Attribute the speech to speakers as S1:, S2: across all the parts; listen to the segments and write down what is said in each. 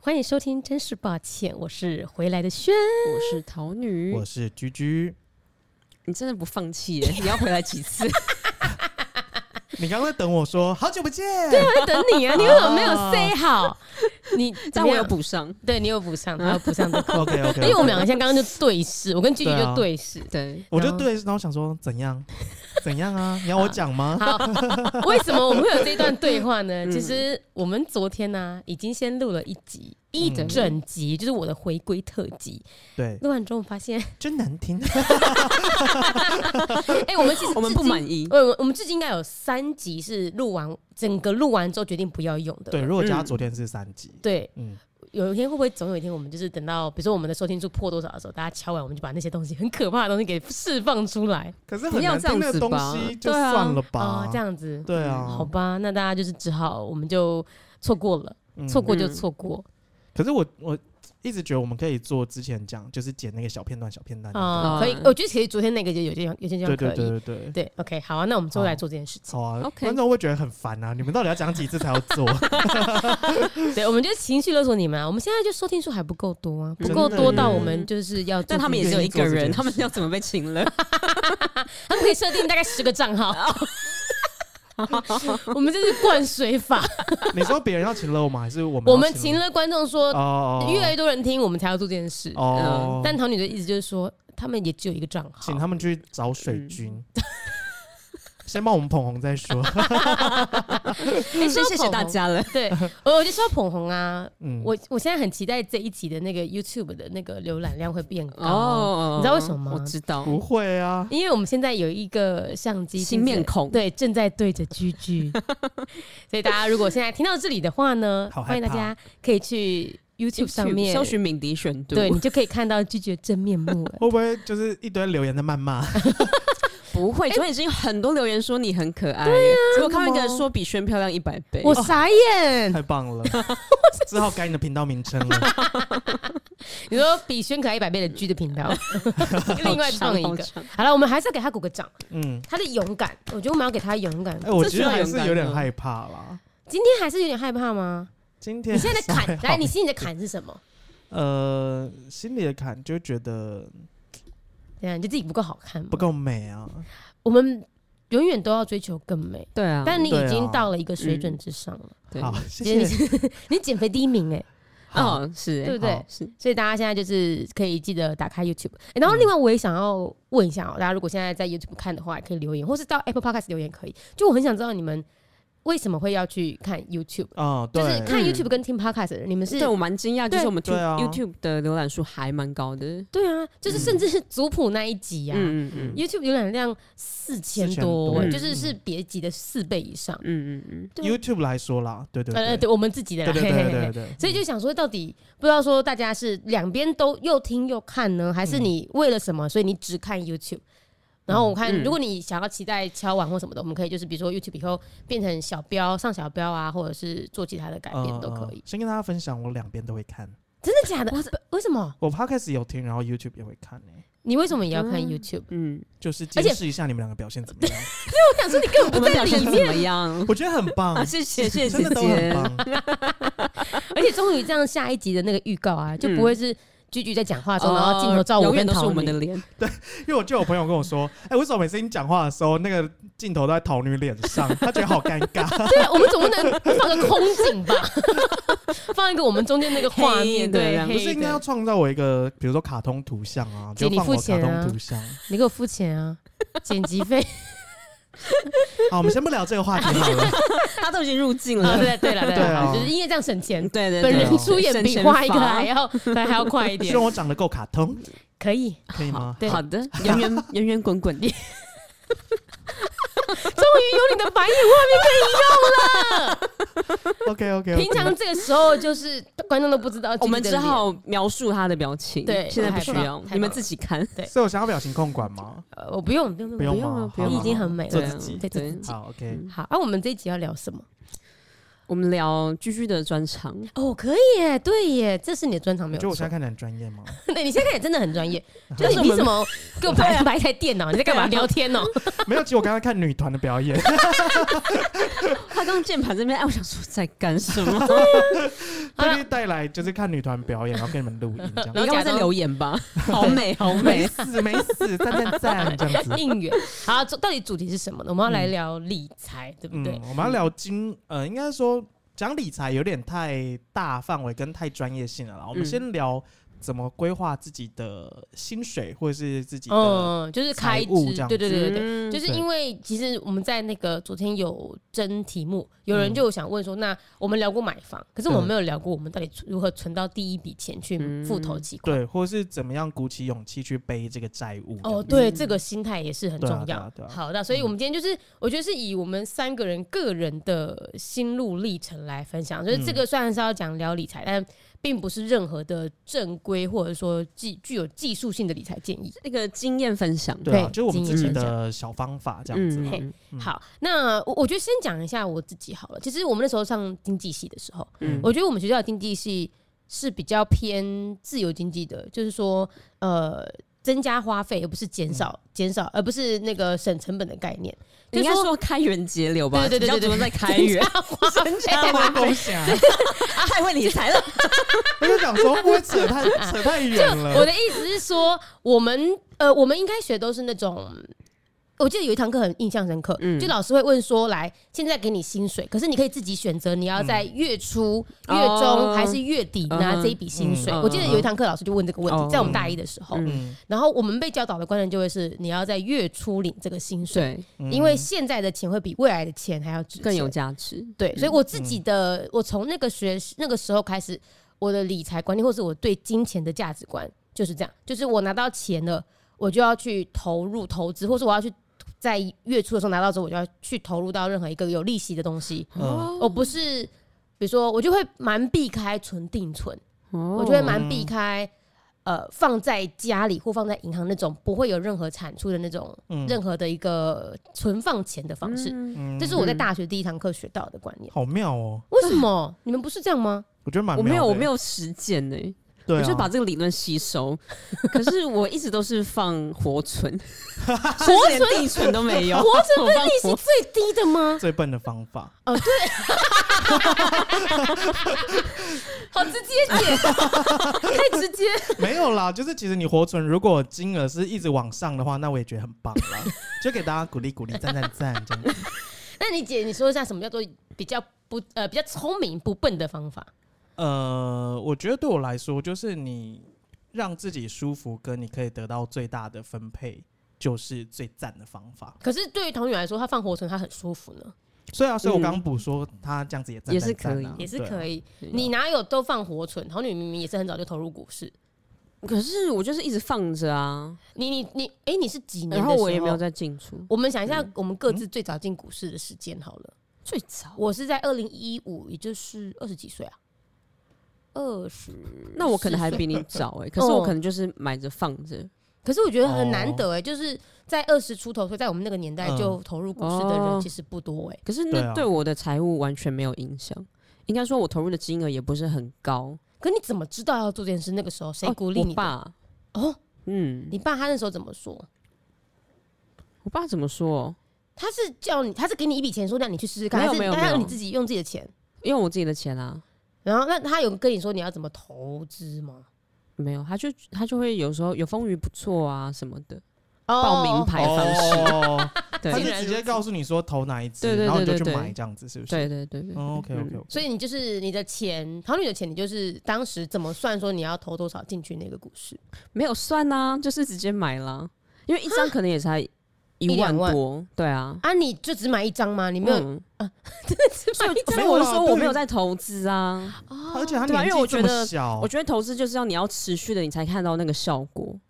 S1: 欢迎收听，真是抱歉，我是回来的轩。
S2: 我是桃女
S3: 我，是居居。
S2: 你真的不放弃耶？你要回来几次？
S3: 你刚刚在等我说好久不见，。
S1: 我在等你啊，你为什么没有 say 好？你
S2: 但
S1: 怎么
S2: 我
S1: 样
S2: 有，补上，
S1: 对你有补上，他有补上的
S3: OK OK，
S1: 因为我们两个像刚刚就对视，我跟句句
S3: 啊对
S1: 就
S3: 啊
S1: 对视。
S2: 对，
S3: 我就对，然后想说怎样怎样啊？你要我讲 吗？
S1: 好，为什么我们会有这段对话呢？
S2: 嗯
S1: 其实我们昨天呢、已经先录了一集，一
S3: 嗯
S1: 整集，就是我的回归特辑。
S3: 对，
S1: 录完之后我发现，
S3: 真难听。
S1: 哎、我们其实
S2: 我们
S1: 至
S2: 不
S1: 今
S2: 满意。
S1: 我我我们至今应该有三集是录完整个录完之后决定不要用的。
S3: 对，如果加
S2: 嗯
S3: 昨天是三集，
S1: 对
S3: 嗯，
S1: 有一天会不会总有一天我们就是等到，比如说我们的收听数破多少的时候，大家敲完，我们就把那些东西很可怕的东西给释放出 来
S3: 可是
S2: 不
S3: 很
S2: 要
S3: 难
S2: 这样
S3: 听的
S2: 子
S3: 东
S2: 吧
S3: 西就
S1: 对啊
S3: 算了
S1: 啊、
S3: 吧，
S1: 这样子。
S3: 对啊，
S1: 好吧，那大家就是只好我们就错过了，
S3: 嗯
S1: 错过就错过
S3: 可是我我一直觉得我们可以做之前讲，就是剪那个小片段、小片段那
S1: 啊、
S2: 嗯
S1: 可以，我觉得其实昨天那个就有些有些地
S3: 种。对
S1: 方可以。
S3: 对对对对。
S1: 对，OK，好啊，那我们之后来做这件事情。
S3: 好啊
S2: OK
S3: 观众会觉得很烦啊！你们到底要讲几次才要做？
S2: 嗯
S1: 对，我们就是情绪勒索你们啊！我们现在就收听数还不够多啊，不够
S3: 真的
S1: 多到
S2: 耶
S1: 我们就是要做这件事，
S2: 但他们也只有一个
S3: 愿意做这件
S2: 人，
S3: 事
S2: 他们要怎么被请了？
S1: 他们可以设定大概十个账 号。 我们这是灌水 法，
S3: 你说别人要勤了我们，还是我们要
S1: 我们请
S3: 勤
S1: 了观众说
S2: 啊
S3: 了哦，
S1: 越来越多人听，我们才要做这件事。
S3: 哦，
S1: 但唐女的意思就是说，他们也只有一个账
S3: 请
S1: 号。
S3: 他们去找水军，
S1: 嗯
S3: 先帮我们捧红再 说。
S1: 哎
S2: 先 谢谢大。
S1: 说
S2: 家了。
S1: 到捧红对，我我就说捧红啊，
S3: 嗯，
S1: 我我现在很期待这一集的那个 YouTube 的那个浏览量会变高，
S2: 哦，
S1: 你知道为什么吗
S2: 我知道，
S3: 不会啊，
S1: 因为我们现在有一个相机
S2: 新
S1: 正在
S2: 面孔
S1: 对，正在对着居居， 所以大家如果现在听到这里的话呢，
S3: 好
S1: 欢迎
S3: 害
S1: 大
S3: 怕
S1: 家可以去 YouTube 上面
S2: 搜寻敏迪选读，
S1: 对你就可以看到拒绝真面目 了。
S3: 会不会就是一堆留言在谩 骂？
S2: 不会，昨天已经很多留言说你很可爱，对呀，结果看到一个人说比轩漂亮一百倍，哦
S1: 我傻眼，
S3: 太棒 了，只好改你的频道名称了。
S1: 你说比轩可爱一百倍的 G 的频 道，另外创一
S2: 好
S1: 个。
S2: 长
S1: 好了，我们还是要给他鼓个掌，
S3: 嗯，
S1: 他的勇敢，我觉得我们要给他勇敢
S3: 哎、。我
S2: 这
S3: 其实
S2: 需要
S3: 还
S2: 勇
S3: 是
S2: 敢
S3: 有点
S2: 吗
S3: 害怕啦。
S1: 今天还是有点害怕吗？
S3: 今
S1: 你
S3: 天
S1: 现在的
S3: 还
S1: 坎，
S3: 好
S1: 来，你心里的坎是什么？
S3: 呃，心里的坎就觉得
S1: 对啊，你就自己不够好看吗
S3: 不。够美啊。
S1: 我们永远都要追求更美，
S2: 对啊，
S1: 但你
S3: 对
S1: 已
S3: 啊
S1: 经到了一个水准之上了。
S2: 对啊
S3: 好，谢
S1: 觉得你
S3: 谢。
S1: 你减肥第一名哎、
S3: 好，
S2: 哦是，
S1: 对不
S2: 哎
S1: 对
S3: 好？
S2: 是
S1: 所以大家现在就是可以记得打开 YouTube，、诶然后另外我也想要问一下哦，大家如果现在在 YouTube 看的话，也可以留言，或是到 Apple Podcast 留言可以。就我很想知道你们为什么会要去看 YouTube，
S3: 嗯，
S1: 就
S3: 对，
S1: 是看
S2: 嗯
S1: YouTube 跟听 Podcast 的人，你们是
S2: 对我蛮惊讶，就是
S1: 对
S2: 我们
S3: 对啊
S2: YouTube 的浏览数还蛮高的，
S1: 对啊，就是甚至是族谱那一集啊、
S2: 嗯嗯嗯
S1: y o u t u b e 浏览量四千
S3: 4000
S1: 多、
S3: 多
S1: 诶
S2: 嗯
S1: 就是是别集的四倍以上。
S2: 嗯嗯嗯，
S1: 对
S3: YouTube 来说啦，对对
S1: 呃，
S3: 对
S1: 对我们自己的啦，
S3: 对对
S1: 嘿嘿
S3: 对
S1: 嘿
S3: 对对，
S1: 所以就想说，到底不知道说大家是两边都又听又看呢，还是
S3: 嗯
S1: 你为了什么，所以你只看 YouTube？然后我看，
S2: 嗯
S1: 如果你想要期待敲碗或什么的，我们可以就是比如说 YouTube 以后变成小标上小标啊，或者是做其他的改变都可
S3: 嗯嗯
S1: 以
S3: 嗯。先跟大家分享，我两边都会看，
S1: 真的假的？不为什么？
S3: 我 Podcast 有听，然后 YouTube 也会看诶、
S1: 你为什么也要看
S2: 嗯
S1: YouTube？
S2: 嗯，
S3: 就是见
S1: 而且
S3: 识一下你们两个表现怎么样。
S1: 我想说你根本
S2: 我
S1: 不
S2: 们
S1: 在
S2: 表现
S1: 里
S2: 怎
S1: 面，
S2: 么样？
S3: 我觉得很棒
S2: 啊，，谢谢谢谢
S3: 真
S2: 姐
S3: 的都很
S2: 姐，
S3: 棒。
S1: 而且终于这样下一集的那个预告啊，就不会是居居在讲话中，然后镜头照我
S2: 嗯哦永
S1: 跟
S2: 远都是
S1: 桃
S2: 我们
S1: 女
S2: 的。脸，
S3: 因为我就有朋友跟我说，哎、为什么每次你讲话的时候，那个镜头都在桃女脸上，他觉得好尴尬。
S1: 对啊，我们总不能放个空景吧？ 放一个我们中间那个画面，
S2: 黑的
S1: 对，
S2: 然后
S3: 不
S1: 黑
S3: 是
S1: 的
S3: 应该要创造我一个，比如说卡通图像啊，
S1: 姐
S3: 就放
S1: 你
S3: 我卡
S1: 付钱啊
S3: 通图像。
S1: 你给我付钱啊，剪辑 费。
S3: 好，我们先不聊这个话题好了。
S2: 他都已经入镜
S1: 啊，
S2: 了，
S1: 对对了对
S3: 对
S1: 了，
S3: 啊
S1: 就是因为这样省钱
S2: 对，对，
S1: 本
S2: 对
S1: 人出演比画一个
S2: 省钱法
S1: 还要还还要快一
S3: 希
S1: 点
S3: 望，我长得够卡通，
S1: 可以。
S3: 可以吗？
S1: 对
S2: 好的， 圆圆圆圆滚滚，
S1: 终于有你的白眼画面
S3: OK OK，
S1: 可以用了。平常这个时候就是观众都不知道，
S2: 我们只好描述他的表情，
S1: 对
S2: 现在不
S1: 太
S2: 需
S1: 棒
S2: 要
S1: 太，棒
S2: 你们自己看，
S3: 所以我想要表情控管吗？
S1: 呃我不用不用
S3: 不用
S2: 不用啊
S3: 吗？
S2: 不用
S1: 你已
S3: 好
S1: 经很美
S3: 做
S1: 了
S3: 自。己
S1: 对，做自己。
S3: 好 OK，
S1: 好，啊，我们这一集要聊什么？
S2: 我们聊居居的专场，
S1: 哦，可以耶，对耶，这是你的专嗯长没
S3: 你
S1: 有
S3: 觉得
S1: 错
S3: 我现在。看起来很专业吗？
S1: 对，你现在看也真的很 专业，就
S2: 但
S1: 是
S2: 是
S1: 你凭
S2: 我们
S1: 什么给我摆
S2: 对啊
S1: 摆一台电脑？你在干嘛？
S2: 对啊
S1: 聊天哦、
S3: 没有，其实我刚才看女团的表演，
S2: 他刚键盘这边，哎，我想说在干什 么？
S1: 好
S3: 特
S1: 了
S3: 地带来就是看女团表演，然后给你们录音这样。
S1: 啊然后
S2: 你刚刚在留言吧？好美， 好
S3: 没
S2: 美。
S3: 事没事，赞赞赞啊这样子。嗯
S1: 应援。好，这到底主题是什么呢？我们要来聊理财，对不对？
S3: 我们要聊金，呃，应该说讲理财有点太大范围跟太专业性了啦。我们
S2: 嗯
S3: 先聊怎么规划自己的薪水或者是自己的，
S1: 嗯，就是
S3: 财
S1: 开支
S3: 务这样，
S1: 对对对对对。
S2: 嗯
S1: 就是
S3: 对
S1: 因为其实我们在那个昨天有征题目，
S3: 嗯
S1: 有人就想问说，那我们聊过买房，可是我们
S3: 对
S1: 没有聊过我们到底如何存到第一笔钱去付头期款。
S3: 嗯对，或者是怎么样鼓起勇气去背这个债务这样子。
S1: 哦，对，
S2: 嗯
S1: 这个心态也是很
S3: 对
S1: 重
S3: 啊对
S1: 要。
S3: 啊对啊
S1: 好的，所以我们今天就是，我觉得是以我们三个人个人的心路历程来分享。就是这个虽然是要讲聊理财，但并不是任何的正规或者说具具有技术性的理财建议。
S2: 那个经验分享，
S3: 对啊，
S1: 对
S3: 就是我们
S1: 经
S3: 自
S1: 营
S3: 己
S1: 分享
S3: 的小方法这样子
S2: 嗯
S3: 啦。
S1: 嘿
S3: 嗯
S1: 好，那我我觉得先讲一下我自己好了。其实我们那时候上经济系的时候，
S2: 嗯
S1: 我觉得我们学校的经济系是比较偏自由经济的，就是说呃。增加花费，而不是减少减少，呃而不是那个省成本的概念。
S2: 你应该说开源节流吧？
S1: 对对对对对
S2: 比较着重在开源， 增
S1: 哎
S2: 加花费，
S3: 想，
S2: 太啊会理财了。
S3: 我就想说，会不会扯太 扯太远
S1: 我
S3: 了？
S1: 的意思是说，我们呃，我们应该学都是那种。我记得有一堂课很印象深刻，
S2: 嗯
S1: 就老师会问说：“来，现在给你薪水，可是你可以自己选择你要在月初、
S2: 嗯
S1: 月中
S2: 哦
S1: 还是月底拿
S2: 嗯哼
S1: 这一笔薪水。
S2: 嗯嗯
S1: 我记得有一堂课老师就问这个问题，
S2: 哦
S1: 在我们大一的时候，
S2: 嗯
S3: 嗯，
S1: 然后我们被教导的观念就会是你要在月初领这个薪水，
S2: 对，
S3: 嗯
S1: 因为现在的钱会比未来的钱还要值钱
S2: 更有价值。
S1: 对，
S3: 嗯
S1: 所以我自己的，我从那个学那个时候开始，我的理财观念或是我对金钱的价值观就是这样，就是我拿到钱了，我就要去投入投资，或是我要去在月初的时候拿到之后，我就要去投入到任何一个有利息的东西，
S2: 哦
S3: 嗯
S1: 我不是，比如说我就会蛮避开存定存，
S2: 我
S1: 我就会
S3: 哦
S1: 蛮避开。呃，放在家里或放在银行那种不会有任何产出的那种，
S3: 嗯
S1: 任何的一个存放钱的方式，
S3: 嗯
S1: 这是我在大学第一堂课学到的观念。
S3: 好妙哦，
S1: 为什么？你们不是这样 吗？
S3: 我觉得蛮
S2: 我没有，我没
S3: 有，
S2: 有实践呢、
S3: 对啊，
S2: 我就把这个理论 吸收，可是我一直都是放活存，活
S1: 存
S2: 连定存都没有，
S1: 活存
S2: 跟利
S1: 利息最低的吗？
S3: 最笨的方法。
S1: 好直接 点，太直接。
S3: 没有啦，就是其实你活存，如果金额是一直往上的话，那我也觉得很棒啦， 就给大家鼓励鼓励，赞赞赞，这样子。
S1: 那你姐，你说一下什么叫做比较不呃比较聪明不笨的方法？
S3: 呃，我觉得对我来说，就是你让自己舒服，跟你可以得到最大的分配，就是最赞的方法。
S1: 可是对于童宇来说，他放活存他很舒服呢，
S3: 所以啊，所以我
S2: 嗯
S3: 刚刚补说他这样子也赞
S2: 也
S3: 赞
S2: 是
S3: 赞、啊，
S2: 可以
S1: 也是可
S3: 以。
S1: 以。
S2: 对啊
S1: 你哪有都放活存？童女明明也是很早就投入股市。
S2: 可是我就是一直放着啊，
S1: 你你你，哎、你是几年的时
S2: 然
S1: 候？
S2: 后我也没有。在嗯进出。
S1: 我们想一下，我们各自最早进股市的时间好了。
S2: 最早，
S1: 我是在二零一五，也就是二十几岁啊，二十。
S2: 那我可能还比你早 哎、可是
S1: 哦
S2: 我可能就是买着放着。
S1: 可是我觉得很难得哎、就是在二十出头，所以在我们那个年代
S3: 嗯
S1: 就投入股市的人
S2: 哦
S1: 其实不多哎、
S2: 可是
S3: 对啊
S2: 那对我的财务完全没有影响。应该说，我投入的金额也不是很高。
S1: 可你怎么知道要做这件事？那个时候谁
S2: 哦
S1: 鼓励你
S2: 我
S1: 的？
S2: 爸，
S1: 哦，
S2: 嗯，
S1: 你爸他那时候怎么说？
S2: 我爸怎么说？
S1: 他是叫你，他是给你一笔钱，说让你去试试看，
S2: 没有
S1: 还是
S2: 没有
S1: 他让
S2: 没有
S1: 你自己用自己的钱。
S2: 用我自己的钱啊，
S1: 然后那他有跟你说你要怎么投资吗？
S2: 没有，他就他就会有时候有风雨不错啊什么的，
S1: 哦
S2: 报名牌方式，
S3: 哦，
S2: 对
S3: 他
S1: 竟
S3: 是
S1: 然
S3: 直
S1: 如
S3: 接
S1: 此
S3: 告诉你说投哪一支，
S2: 对对对
S3: 然后你就
S2: 对
S3: 去
S2: 对
S3: 买这样子，是不是？
S2: 对对对对。
S3: 哦，OK，OK，OK、o k
S2: 嗯
S3: OK，
S1: 所以你就是你的钱，桃女的钱，你就是当时怎么算说你要投多少进去那个股市？
S2: 没有算呐、就是直接买啦，因为一张可能也才一
S1: 一两万
S2: 万多，对啊，
S1: 啊，你就只买一张吗？你没有，啊
S2: 嗯
S1: 只买一张
S2: 所以
S3: 没有
S2: 我
S3: 啦
S2: 就说
S3: 对
S2: 我没有在投资啊，
S3: 而且他
S2: 对啊
S3: 年
S2: 因为我
S3: 纪这么
S2: 觉得
S3: 小，
S2: 我觉得投资就是要你要持续的，你才看到那个效
S1: 哦
S2: 果。
S1: 嗯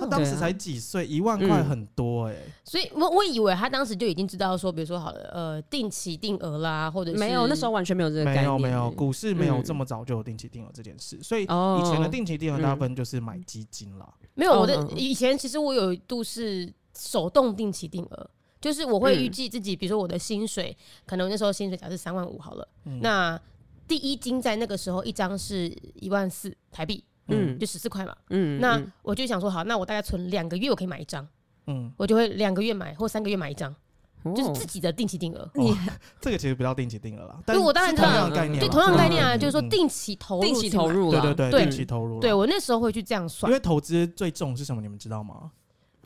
S3: 他当时
S2: 对啊
S3: 才几岁，一万块很多哎、
S1: 所以我我以为他当时就已经知道说，比如说好了，呃，定期定额啦，或者是
S2: 没有，那时候完全没有这个概
S3: 没
S2: 念，
S3: 有没有，股市没有
S2: 嗯
S3: 这么早就有定期定额这件事，所以
S2: 哦
S3: 以前的定期定额
S2: 嗯
S3: 大部分就是买基金啦。
S1: 没有我的
S2: 嗯嗯嗯
S1: 以前其实我有一度是手动定期定额，就是我会
S2: 嗯
S1: 预计自己，比如说我的薪水，可能那时候薪水假设三万五好了，
S3: 嗯
S1: 那第一金在那个时候一张是一万四台币，
S2: 嗯
S1: 就十四块嘛。
S2: 嗯，
S1: 那
S2: 嗯
S1: 我就想说，好，那我大概存两个月，我可以买一张，
S3: 嗯，
S1: 我就会两个月买或三个月买一张，就是
S2: 哦嗯
S1: 自己的定期定额。
S3: 你哦这个其实不叫定期定额啦，但
S1: 对我当然
S3: 是
S1: 知道
S3: 同样的概念啦，
S1: 就同样概念啊，
S3: 嗯
S1: 就是说
S3: 嗯
S1: 定期投入，
S2: 定期投。入
S3: 对
S2: 了，
S3: 对对，
S1: 对
S3: 定期投入啦，
S1: 对我那时候会去这样
S3: 因
S1: 算，
S3: 为投资最重是什么，你们知道吗？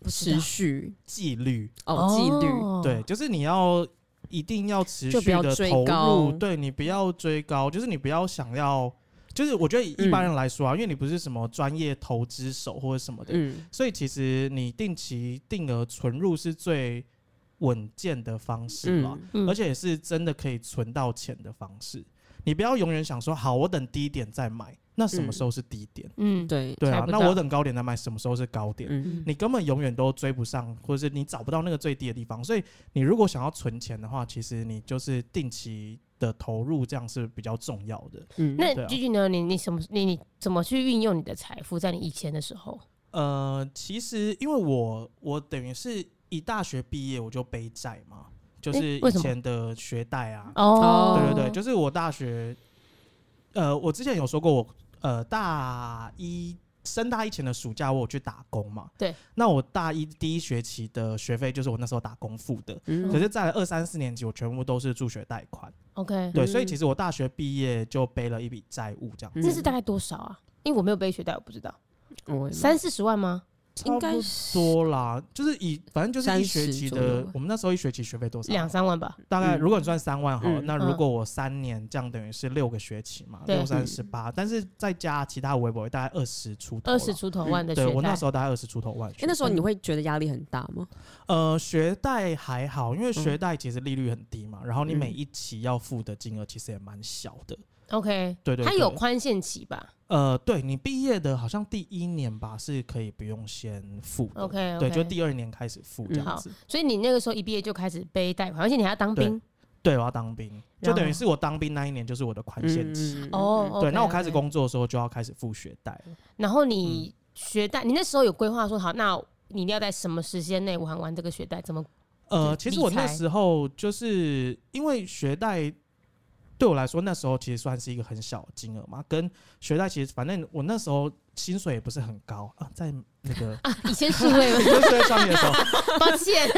S1: 不知道
S2: 持续
S3: 纪律，
S2: 哦，纪律，
S3: 对，，就是你要一定要持
S2: 就不
S3: 续
S2: 要
S3: 的
S2: 追
S3: 投
S2: 高
S3: 入，对你不要追高，就是你不要想要，就是我觉得以一般人来说啊，因为你不是什么专业投资手或者什么的，
S2: 嗯，
S3: 所以其实你定期定额存入是最稳健的方式吧，
S2: 嗯
S1: 嗯
S3: 而且也是真的可以存到钱的方式。你不要永远想说好，我等低点再买，那什么时候是低点？
S1: 嗯，
S2: 对，
S3: 对
S1: 猜
S3: 啊，
S1: 不
S3: 那
S1: 到
S3: 我等高点再买，什么时候是高点？
S2: 嗯
S3: 你根本永远都追不上，或者是你找不到那个最低的地方。所以你如果想要存钱的话，其实你就是定期的投入，这样是比较重要的。
S2: 嗯，
S1: 那
S3: 对啊
S1: 句句呢？你你什么？你你怎么去运用你的财富？在你以前的时候，
S3: 呃，其实因为我我等于是一大学毕业我就背债嘛，就是
S1: 为
S3: 以
S1: 什么
S3: 前的学贷啊，
S1: 哦，
S3: 对对对，就是我大学，呃，我之前有说过我呃大一。升大一前的暑假，我有去打工嘛？
S1: 对。
S3: 那我大一第一学期的学费就是我那时候打工付的，
S2: 嗯
S3: 可是，在二三四年级，我全部都是助学贷款，
S1: OK，
S3: 对，
S2: 嗯
S3: 所以其实我大学毕业就背了一笔债务，这样
S2: 嗯
S1: 这是大概多少啊？因为我没有背学贷，我不知道
S2: 我也
S1: 三四十万吗？
S2: 应
S3: 差
S2: 该
S3: 不多啦，就是以反正就是一学期
S2: 30左右
S3: 的，我们那时候一学期学费多少啊？
S1: 两三万吧。
S3: 大概
S2: 嗯
S3: 如果你算三万好了，
S2: 嗯嗯
S3: 那如果我三年这样等于是六个学期嘛，
S1: 对
S3: 六三十八，但是再加其他微博大概二十出头啦，嗯
S1: 二十出头万的
S3: 对
S1: 学
S3: 我那
S1: 贷
S3: 时，候大概二十出头万学
S2: 哎，
S3: 贷。
S2: 那时候你会觉得压力很大吗？
S3: 呃，学贷还好，因为学贷其实利率很低嘛，然后你
S2: 嗯
S3: 每一期要付的金额其实也蛮小的。
S1: OK，
S3: 对对
S1: 它
S3: 对
S1: 有宽限期吧
S3: 呃，对你毕业的好像第一年吧是可以不用先付的
S1: ？OK，
S3: 对，就第二年开始付这
S1: 嗯好
S3: 样子。
S1: 所以你那个时候一毕业就开始背贷款，而且你还要当
S3: 对
S1: 兵
S3: 对，我要当兵，就
S1: 然
S3: 等于
S1: 后
S3: 是我当兵那一年就是我的宽限期。
S2: 嗯，
S1: 哦。
S3: 对，
S1: OK，
S3: 那我开始
S1: OK
S3: 工嗯作的时候就要开始付学贷了。
S1: 然后你学贷，你那时候有规划说好，那你一定要在什么时间内还完这个学贷？怎么？
S3: 呃，其
S1: 就是
S3: 实我
S1: 理
S3: 那
S1: 财
S3: 时候就是因为学贷对我来说那时候其实算是一个很小的金额嘛，跟学贷其实反正我那时候薪水也不是很高啊，在那 个
S1: 以前是会 吗，
S3: 就是在创业的时候，
S1: 抱歉，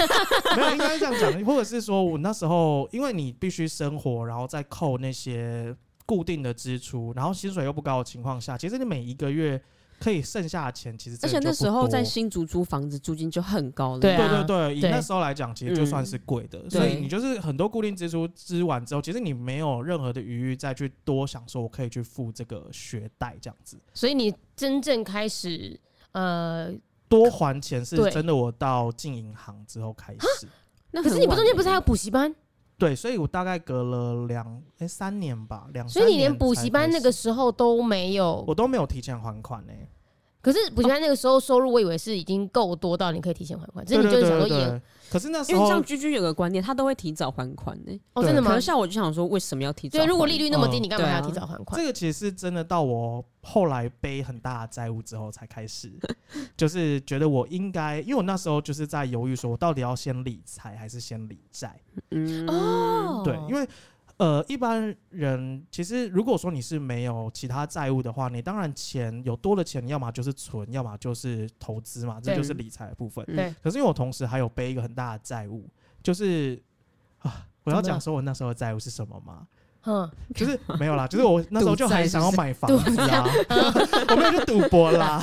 S3: 没有，应该这样讲，或者是说我那时候，因为你必须生活，然后再扣那些固定的支出，然后薪水又不高的情况下，其实你每一个月可以剩下的钱，其实
S2: 而
S3: 真
S2: 且
S3: 的就
S2: 那
S3: 不
S2: 时候在
S3: 多
S2: 新竹租房子，租金就很高了。
S1: 对
S3: 对
S1: 啊
S3: 对对，以
S1: 对
S3: 那时候来讲，其实就算是贵的，所以你就是很多固定支出支完之后，其实你没有任何的余裕再去多想说我可以去付这个学贷这样子，
S1: 所以你真正开始呃，
S3: 多还钱是
S1: 对
S3: 真的。我到进银行之后开始，
S2: 那
S1: 可是你不中间不是
S2: 欸
S1: 还有补习班？
S3: 对，所以我大概隔了两哎三年吧，两
S1: 所以你
S3: 三
S1: 连
S3: 年
S1: 补
S3: 才
S1: 习班
S3: 开
S1: 那
S3: 始
S1: 个时候都没有。
S3: 我都没有提前还款欸呢、
S1: 可是补习班那个时候收入，我以为是已经够多到你可以提前还款，只
S3: 对
S1: 是
S3: 对
S1: 你就
S3: 对
S1: 是想
S3: 对对
S1: 说延
S3: 可是那时
S2: 因为像
S3: 候
S2: 居居有个观念，他都会提早还款呢、
S1: 哦，
S3: 对
S1: 真的
S2: 可
S1: 哦吗
S2: 能？像我就想说，为什么要提早
S1: 对，
S2: 还？
S1: 如果利率那么低，
S3: 嗯
S1: 你干嘛还要
S2: 对啊
S1: 提早还款
S3: 这？个其实是真的到我后来背很大的债务之后才开 始，就是觉得我应该，因为我那时候就是在犹豫，说我到底要先理财还是先理债？
S2: 嗯
S1: 哦，
S3: 啊对，因为。呃，一般人其实如果说你是没有其他债务的话，你当然钱有多的钱，你要么就是存，要么就是投资嘛，这
S1: 对
S3: 就是理财的部分。
S2: 嗯
S1: 对，
S3: 可是因为我同时还有背一个很大的债务，就是啊，我要
S1: 怎么
S3: 讲
S1: 了
S3: 说我那时候的债务是什么 吗？
S1: 嗯，
S3: 就是没有啦，就是我那时候就很想要买房子啊， 我没有去赌博啦。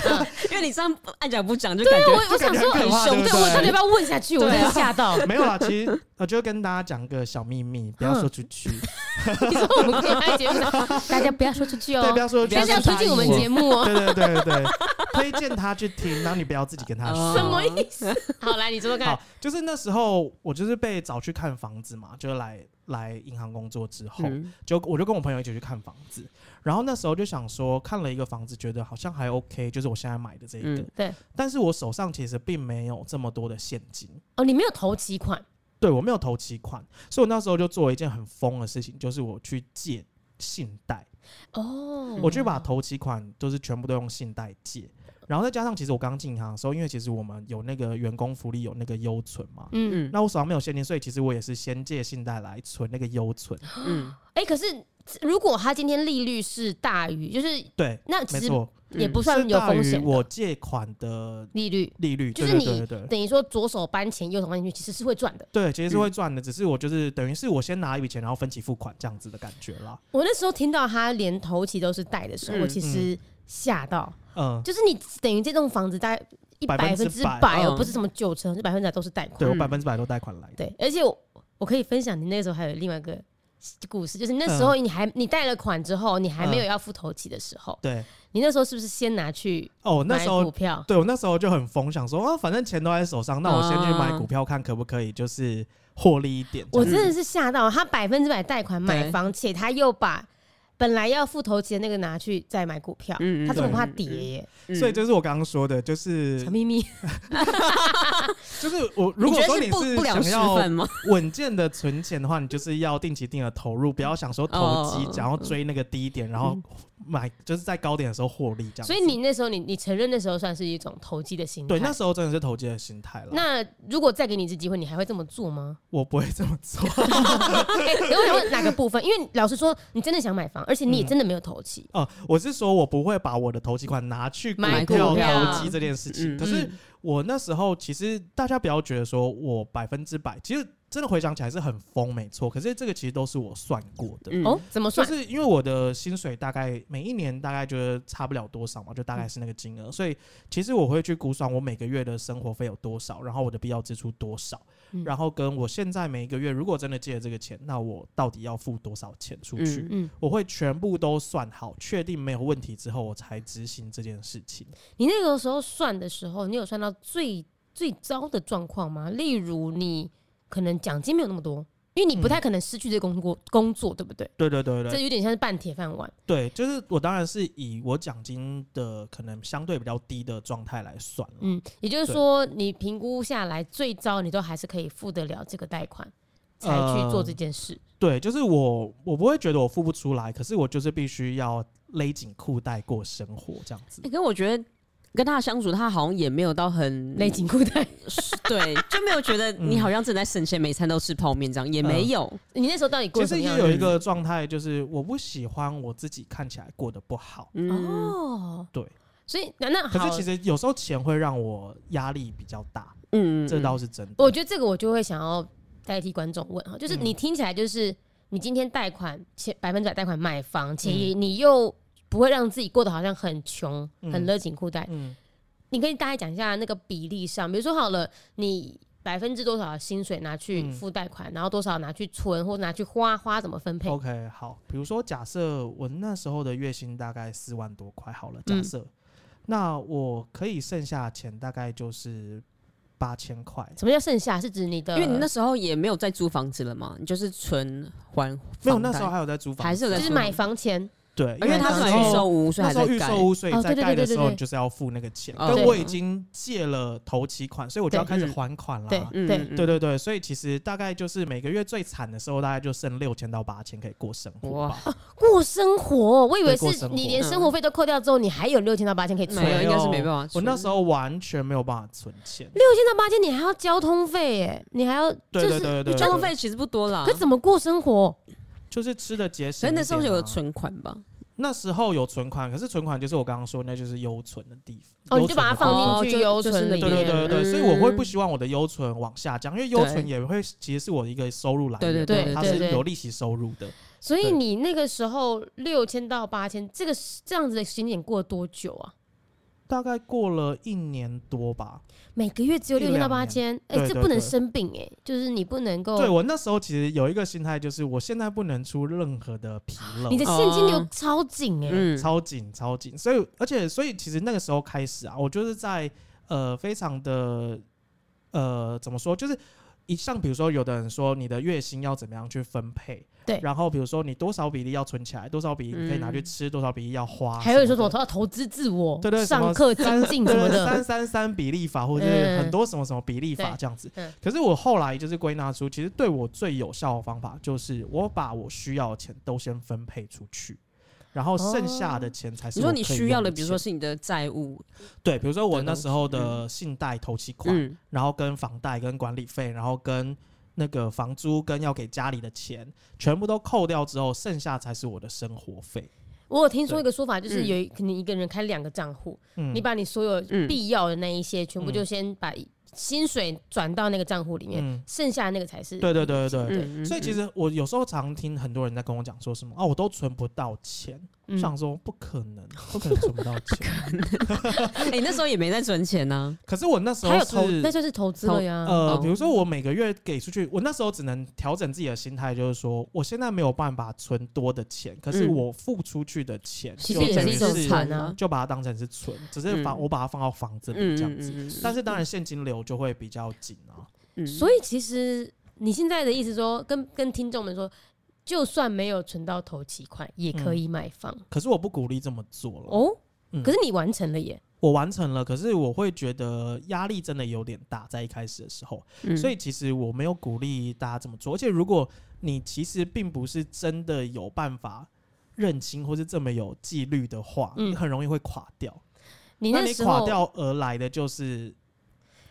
S2: 因为你这样按讲不讲，就感觉
S1: 啊我我想说
S3: 很
S2: 很
S3: 凶
S2: 凶，
S1: 对我差点
S2: 对
S1: 要问下去，我
S3: 啊
S1: 真的吓到。
S3: 没有啦，其实我就跟大家讲个小秘
S1: 嗯
S3: 密，不要说出去，
S1: 你说我们可以开 节目，大家不要说出去
S3: 对，
S1: 哦
S3: 不，要说出去，
S1: 大家要推荐我们节
S3: 目，
S1: 目哦。
S3: 对对对对，推荐他去听，然后你不要自己跟他
S2: 哦
S1: 什
S3: 说。
S1: 么意思？好，来你说说看
S3: 好。，就是那时候我就是被找去看房子嘛，就来来银行工作之后，
S2: 嗯
S3: 就我就跟我朋友一起去看房子，然后那时候就想说看了一个房子，觉得好像还 OK，就是我现在买的这一个，
S2: 嗯
S1: 对，
S3: 但是我手上其实并没有这么多的现金，
S1: 哦，你没有投期款，
S3: 对我没有投期款，所以我那时候就做了一件很疯的事情，就是我去借信贷，
S1: 哦嗯
S3: 我去把投期款就是全部都用信贷借，然后再加上，其实我刚进行的时候，因为其实我们有那个员工福利有那个优存嘛，
S1: 嗯，
S2: 嗯
S3: 那我手上没有现金，所以其实我也是先借信贷来存那个优存。
S2: 嗯，
S1: 哎、可是如果他今天利率是大于，就是
S3: 对，
S1: 那其
S3: 没
S1: 实
S3: 错，
S2: 嗯
S1: 也不
S3: 是
S1: 算有
S3: 大
S1: 风
S3: 于
S1: 险的
S3: 我借款的
S1: 利率，
S3: 利率，
S1: 就
S3: 对
S1: 是
S3: 对
S1: 你
S3: 对对对。
S1: 等于说左手搬钱，右手搬进去，其实是会赚的。
S3: 对，其实是
S2: 嗯
S3: 会赚的，只是我就是等于是我先拿一笔钱，然后分期付款这样子的感觉啦。
S1: 我那时候听到他连头期都是贷的时候，
S2: 嗯
S1: 我其实吓到，
S3: 嗯，
S1: 就是你等于这栋房子大概一
S3: 百
S1: 百
S3: 分之
S1: 分之
S3: 百
S1: 百哦，
S2: 嗯
S1: 不是什么九成，是百分之百都是贷款。
S3: 对我
S2: 嗯
S3: 百分之百都贷款来的。
S1: 对，而且我我可以分享，你那个时候还有另外一个故事，就是那时
S3: 嗯
S1: 候你还、你贷了款之后，你还没有要付头期的时候，
S3: 对，
S1: 你那时候是不是先拿去
S3: 哦，那
S1: 买
S3: 时
S1: 股
S3: 候
S1: 票？
S3: 对我那时候就很疯，想说啊，反正钱都在手上，那我先去买股票看可不可以，就是获利一点这
S1: 嗯我
S3: 样。
S1: 真的是吓到，他百分之百贷款买
S2: 对
S1: 房，且他又把本来要付头期的那个拿去再买股票，
S2: 嗯嗯
S1: 他这么
S3: 对嗯
S1: 怕
S2: 嗯嗯
S1: 跌耶，
S2: 嗯
S3: 所以就是我刚刚说的，就是
S1: 小秘密。
S3: 就是我如果
S2: 你觉
S3: 说
S2: 得
S3: 你
S2: 是不不良
S3: 想
S2: 示
S3: 要
S2: 范吗？
S3: 稳健的存钱的话，你就是要定期定额投入，不要想说投机
S2: 哦，嗯
S3: 想要追那个低点，然后买就是在高点的时候获利这样子。
S1: 所以你那时候你你承认那时候算是一种投机的心态。
S3: 对那时候真的是投机的心态了。
S1: 那如果再给你一次机会，你还会这么做吗？
S3: 我不会这么做，
S1: 哎、然后我想问哪个部分？因为老实说，你真的想买房，而且你也真的没有投期。
S3: 哦，我是说我不会把我的投机款拿去股
S1: 买
S3: 票
S1: 股票
S3: 投机这件事情。
S2: 嗯
S3: 可是我那时候其实大家不要觉得说我百分之百，其实真的回想起来是很疯，没错。可是这个其实都是我算过的。
S2: 嗯
S1: 哦，怎么
S3: 就
S1: 算？
S3: 是因为我的薪水大概每一年大概就是差不了多少嘛，就大概是那个金额，所以其实我会去估算我每个月的生活费有多少，然后我的必要支出多少，
S1: 嗯
S3: 然后跟我现在每一个月如果真的借了这个钱，那我到底要付多少钱出去？
S2: 嗯
S1: 嗯，
S3: 我会全部都算好，确定没有问题之后，我才执行这件事情。
S1: 你那个时候算的时候，你有算到最最糟的状况吗？例如你可能奖金没有那么多，因为你不
S3: 嗯
S1: 太可能失去这工作、工作，对不对？
S3: 对对对
S1: 这
S3: 对
S1: 有点像是半铁饭碗。
S3: 对，就是我当然是以我奖金的可能相对比较低的状态来算了。
S1: 嗯，也就是说，你评估下来最糟，你都还是可以付得了这个贷款，才去
S3: 呃
S1: 做这件事。
S3: 对，就是我，我不会觉得我付不出来，可是我就是必须要勒紧裤带过生活这样子
S2: 欸。可是我觉得跟他相处，他好像也没有到很
S1: 勒紧裤带。
S2: 对，就没有觉得
S3: 嗯
S2: 你好像正在省钱，每餐都吃泡面这样，也没有。
S1: 你那时候到底过
S3: 其
S1: 得什
S3: 实
S1: 么
S3: 也
S1: 样
S3: 有
S1: 的
S3: 一个状态，就是我不喜欢我自己看起来过得不好，
S1: 日子？
S2: 嗯，
S1: 哦，
S3: 对。
S1: 所以那那
S3: 可
S1: 好
S3: 是其，实有时候钱会让我压力比较大，
S2: 嗯
S3: 这倒是真的。
S1: 我觉得这个我就会想要代替观众问哈，就是
S3: 嗯
S1: 你听起来就是你今天贷款且百分之百贷款买房，且你又不会让自己过得好像很穷、
S3: 嗯
S1: 很勒紧裤带。
S3: 嗯，
S1: 你可以大概讲一下那个比例上，比如说好了，你百分之多少的薪水拿去
S3: 嗯
S1: 付贷款，然后多少拿去存或者拿去花，花怎么分
S2: 哎
S1: 配？
S3: OK，好，比如说假设我那时候的月薪大概四万多块，好了，假
S1: 嗯
S3: 设、那我可以剩下的钱大概就是八千块，
S1: 什么叫剩下？是指你的，
S2: 因为你那时候也没有在租房子了嘛，你就是存还
S3: 没有
S2: 房贷
S3: 那时候还有在租房子啊，
S2: 还是有在
S1: 就是
S2: 租
S1: 买房前，
S3: 对，
S2: 因为他是
S3: 那
S2: 买
S3: 时
S2: 预
S3: 候
S2: 售屋，所以
S3: 那
S2: 还
S3: 时候
S2: 在
S3: 预
S2: 盖。
S3: 售屋，所
S1: 哦
S3: 以在
S1: 对对
S3: 盖的
S1: 对
S3: 时
S1: 对
S3: 候
S1: 对
S3: 你就是要付那个钱。
S2: 哦
S3: 但
S1: 对
S3: 我已经借了头期款，所以我就要开始
S2: 对嗯
S3: 还款啦。
S1: 对
S3: 对
S2: 嗯
S1: 对
S2: 嗯
S3: 对对所以其实大概就是每个月最惨的时候，大概就剩六千到八千可以过生活
S2: 哇
S3: 吧。
S1: 过生活，我以为
S3: 对过
S1: 是
S3: 生活
S1: 你连生活费都扣掉之后，你还有六千到八千可以存。
S2: 没有，
S1: 六
S2: 应该是没办法。
S3: 我那时候完全没有办法存钱，
S1: 千到八千，你还要交通费耶，你还要就
S3: 对对
S1: 是，
S3: 对对
S2: 候
S3: 对，
S2: 交通费其实不多啦
S1: 可，怎么过生活？
S3: 就是吃的节省
S2: 所以
S3: 一点啊。
S2: 那时候有存款吧？
S3: 那时候有存款，可是存款就是我刚刚说，那就是优存的地方。优
S1: 哦，你就把它
S3: 存的地方
S1: 放进去
S2: 哦就
S1: 优存里
S3: 对对
S1: 面。
S3: 对对对，
S2: 嗯
S3: 所以我会不希望我的优存往下降，因为优存
S2: 对
S3: 也会其实是我的一个收入来源，
S2: 对对对对
S3: 它
S1: 对
S3: 是
S1: 对
S3: 有利息收入的。
S1: 所以
S3: 对
S1: 你那个时候六千到八千，这个这样子的景点过了多久啊？
S3: 大概过了一年多吧。
S1: 每个月只有
S3: 一
S1: 六千到
S3: 两
S1: 八
S3: 年
S1: 千，哎
S3: 对，
S1: 这
S3: 对
S1: 不能
S3: 对
S1: 生病哎，就是你不能够
S3: 对，我那时候其实有一个心态，就是我现在不能出任何的纰漏
S1: 你，的现金流
S2: 哦
S1: 超紧哎，
S2: 嗯，
S3: 超紧超紧。所以而且所以其实那个时候开始啊，我就是在呃非常的呃怎么说，就是。一像比如说，有的人说你的月薪要怎么样去分配，
S1: 对嗯
S3: 然后比如说你多少比例要存起来，多少比例你可以拿去吃，多少比例要花，
S1: 还有人说什
S3: 么
S1: 么
S3: 的
S1: 要投资自我，
S3: 对对什么
S1: 上课精进什么
S3: 对
S1: 的，
S3: 三三三比例法，或者
S1: 嗯
S3: 是很多什么什么比例法
S1: 对
S3: 这样子
S1: 嗯。
S3: 可是我后来就是归纳出，其实对我最有效的方法就是我把我需要的钱都先分配出去。然后剩下的钱才是
S2: 你说
S3: 我
S2: 哦你
S3: 可以
S2: 需要
S3: 用
S2: 的，
S3: 的
S2: 比如说
S3: 钱
S2: 是你的债务，
S3: 对，比如说我
S2: 的
S3: 那
S2: 东
S3: 时候
S2: 西嗯
S3: 的信贷头期款，
S2: 嗯，
S3: 然后跟房贷、跟管理费，然后跟那个房租跟要给家里的钱，全部都扣掉之后，剩下才是我的生活费。
S1: 我有听说一个说法，就是
S2: 嗯
S1: 有一可能一个人开两个账户，
S3: 嗯
S1: 你把你所有
S2: 嗯
S1: 必要的那一些全部就先把薪水转到那个账户里面，
S3: 嗯，
S1: 剩下的那个才是
S3: 对对对对对。
S2: 嗯嗯
S3: 所以其
S2: 嗯
S3: 实我有时候常听很多人在跟我讲说什么啊，我都存不到钱，
S1: 嗯
S3: 想说不可能，不可能存不到 钱。
S2: 哎、那时候也没在存钱啊呢、
S3: 可是我那时候
S1: 嗯还有投，那
S3: 是
S1: 就是投资了呀。
S3: 呃，
S2: 哦
S3: 比如说我每个月给出去，我那时候只能调整自己的心态，就是说我现在没有办法存多的钱，可是
S2: 嗯
S3: 我付出去的钱
S1: 其
S3: 就
S1: 实也
S3: 等
S1: 是
S3: 于
S1: 一
S3: 是
S1: 种惨啊，
S3: 就把它当成是存，只是把、
S2: 嗯
S3: 我把它放到房子里
S2: 嗯
S3: 这样
S2: 嗯
S3: 子。
S2: 嗯
S3: 但是当然现金流就会比较紧啊。
S2: 嗯，
S1: 所以其实你现在的意思说，跟跟听众们说，就算没有存到头期款，也可
S3: 嗯
S1: 以买房、
S3: 可是我不鼓励这么做了。
S1: 哦。
S3: 嗯
S1: 可是你完成了耶，
S3: 我完成了，可是我会觉得压力真的有点大，在一开始的时候，
S2: 以
S3: 所以其实我没有鼓励大家这么做。而且如果你其实并不是真的有办法认清或是这么有纪律的话，
S1: 嗯
S3: 你很容易会垮掉。
S1: 你
S3: 那
S1: 那
S3: 你
S1: 时
S3: 垮
S1: 候
S3: 掉而来的就是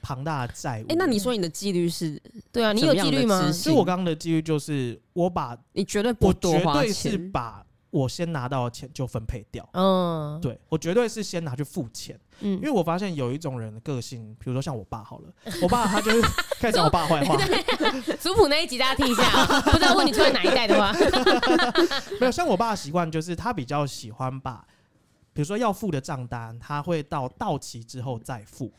S3: 庞大的债务。
S2: 哎、那你说你的纪律是，
S1: 对啊，你有纪律
S2: 怎么
S1: 吗
S2: 样的？知
S3: 所以我刚刚的纪律就是我把
S2: 你绝对不
S3: 我
S2: 多
S3: 绝
S2: 花
S3: 对是
S2: 钱，哦
S3: 把我先拿到的钱就分配掉。
S1: 嗯，
S3: 对，我绝对是先拿去付钱，
S1: 嗯
S3: 因为我发现有一种人的个性，比如说像我爸好了，我爸他就是 开始讲我爸坏话，
S1: 族谱那一集大家听一下 啊，不知道问你出来哪一代的话，
S3: 没有像我爸的习惯就是他比较喜欢把，比如说要付的账单，他会到到期之后再付。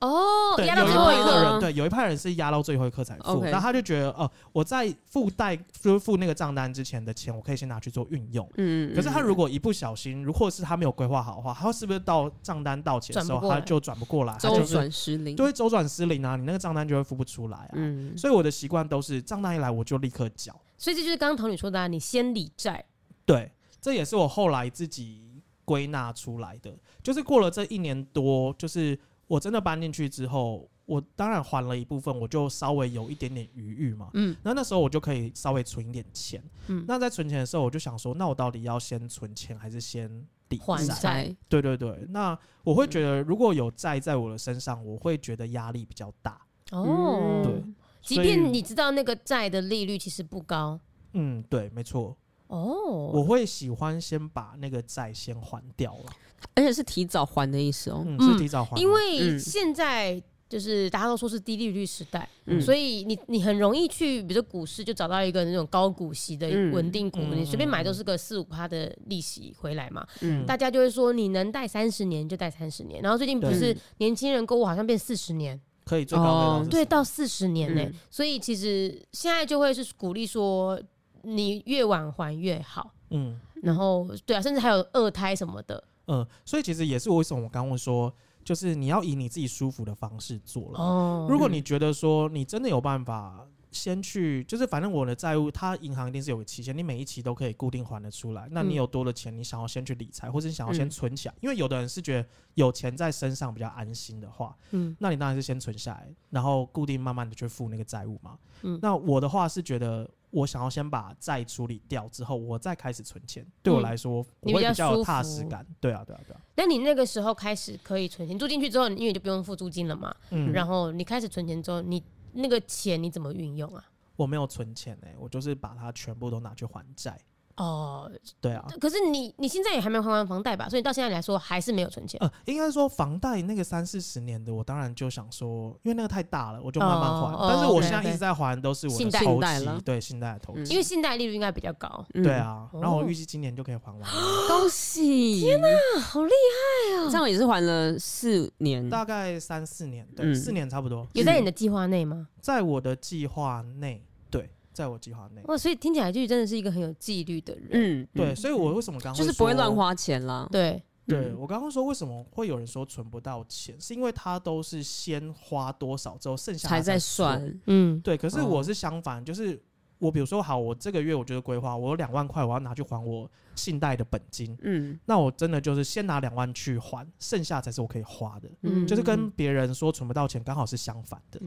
S1: 哦，
S3: 对，
S1: 压
S3: 有一
S1: 到最
S2: 个
S1: 后一
S3: 派的
S1: 个，
S3: 人，对，有一派人是压到最后一刻才付，
S2: OK
S3: 然后他就觉得哦、我在付贷就是付那个账单之前的钱，我可以先拿去做运用。
S2: 嗯
S3: 可是他
S2: 嗯
S3: 如果一不小心，如果是他没有规划好的话，他是不是到账单到期的时
S1: 转
S3: 候
S1: 不过来
S3: 他就转不过来，他
S2: 周
S3: 就是
S2: 转失灵，
S3: 就会周转失灵啊，你那个账单就会付不出来啊。
S2: 嗯，
S3: 所以我的习惯都是账单一来我就立刻缴，
S1: 所以这就是刚刚童女说的、啊，你先理债，
S3: 对，这也是我后来自己归纳出来的。就是过了这一年多，就是我真的搬进去之后，我当然还了一部分，我就稍微有一点点余裕嘛。
S1: 嗯，
S3: 那那时候我就可以稍微存一点钱。
S1: 嗯
S3: 那在存钱的时候，我就想说，那我到底要先存钱还是先抵
S1: 还
S3: 债？
S1: 债嗯
S3: 对对对，那我会觉得如果有债在我的身上，我会觉得压力比较大。
S1: 哦，
S3: 对，
S1: 即
S3: 所以
S1: 便你知道那个债的利率其实不高，
S3: 嗯，对，没错，
S1: 哦，
S3: 我会喜欢先把那个债先还掉了，
S2: 而且是提早还的意思哦，
S3: 嗯，
S1: 嗯
S3: 是提早还吗，
S1: 因为
S2: 嗯
S1: 现在就是大家都说是低利率时代，
S2: 嗯
S1: 所以你你很容易去，比如说股市就找到一个那种高股息的
S2: 嗯
S1: 稳定股，
S3: 嗯
S1: 你随便买都是个四五趴的利息回来嘛。
S2: 嗯
S1: 大家就会说你能贷三十年就贷三十年，然后最近不
S3: 对
S1: 是年轻人购物好像变四十年，
S3: 可以最高可以到
S2: 哦
S3: 40
S1: 对，到四十年呢、
S2: 嗯
S1: 所以其实现在就会是鼓励说你越晚还越好。
S3: 嗯
S1: 然后对啊，甚至还有二胎什么的
S3: 嗯，所以其实也是为什么我刚问说，就是你要以你自己舒服的方式做了。
S1: 哦。
S3: 如果你觉得说你真的有办法。先去，就是反正我的债务，它银行一定是有个期限，你每一期都可以固定还得出来。那你
S1: 嗯
S3: 有多的钱，你想要先去理财，或者你想要
S2: 嗯
S3: 先存起来，因为有的人是觉得有钱在身上比较安心的话，
S1: 嗯
S3: 那你当然是先存下来，然后固定慢慢的去付那个债务嘛。
S1: 嗯
S3: 那我的话是觉得，我想要先把债处理掉之后，我再开始存钱，对我来说，
S1: 嗯你
S3: 我会
S1: 比较
S3: 比较
S1: 舒
S3: 有踏
S1: 服
S3: 实感。对啊，对啊，对啊。
S1: 那你那个时候开始可以存钱，住进去之后，因为你就不用付租金了嘛。
S3: 嗯，
S1: 然后你开始存钱之后，你那个钱你怎么运用啊？
S3: 我没有存钱哎、我就是把它全部都拿去还债。
S1: 哦，
S3: 对啊，
S1: 可是你你现在也还没有还完房贷吧？所以到现在来说还是没有存钱。
S3: 呃，应该说房贷那个三四十年的，我当然就想说，因为那个太大了，我就慢慢还。
S1: 哦
S3: 但是
S1: 哦
S3: 我
S1: ，OK，
S3: 现在一
S1: OK
S3: 直在还，都是我
S1: 信
S3: 的
S1: 贷
S3: 头
S2: 信贷了
S3: 期，对信贷的头
S2: 嗯
S3: 期。
S1: 因为信贷利率应该比较高，
S3: 对，啊，然后我
S1: 哦
S3: 预计今年就可以还完了。
S2: 嗯恭喜，天哪，
S1: 好厉
S2: 这样也是还了四年，
S3: 大概三四年，对，
S2: 嗯
S3: 四年差不多。
S1: 有在你的计划内吗？
S3: 在我的计划内，对，在我计划内，
S1: 哇，所以听起来就真的是一个很有纪律的人。
S2: 嗯，
S3: 对，
S2: 嗯
S3: 所以我为什么刚刚
S2: 就是不会
S3: 说
S2: 乱。花嗯钱啦，
S1: 对，
S3: 对我刚刚说为什么会有人说存不到钱，是因为他都是先花多少之后剩下的
S2: 才在
S3: 算
S2: 算。，
S1: 嗯，
S3: 对，可是
S2: 哦
S3: 我是相反，就是我比如说好，我这个月我觉得规划，我有两万块我要拿去还我信贷的本金，
S2: 嗯
S3: 那我真的就是先拿两万去还，剩下才是我可以花的。
S1: 嗯
S3: 就是跟别人说存不到钱，刚好是相反的。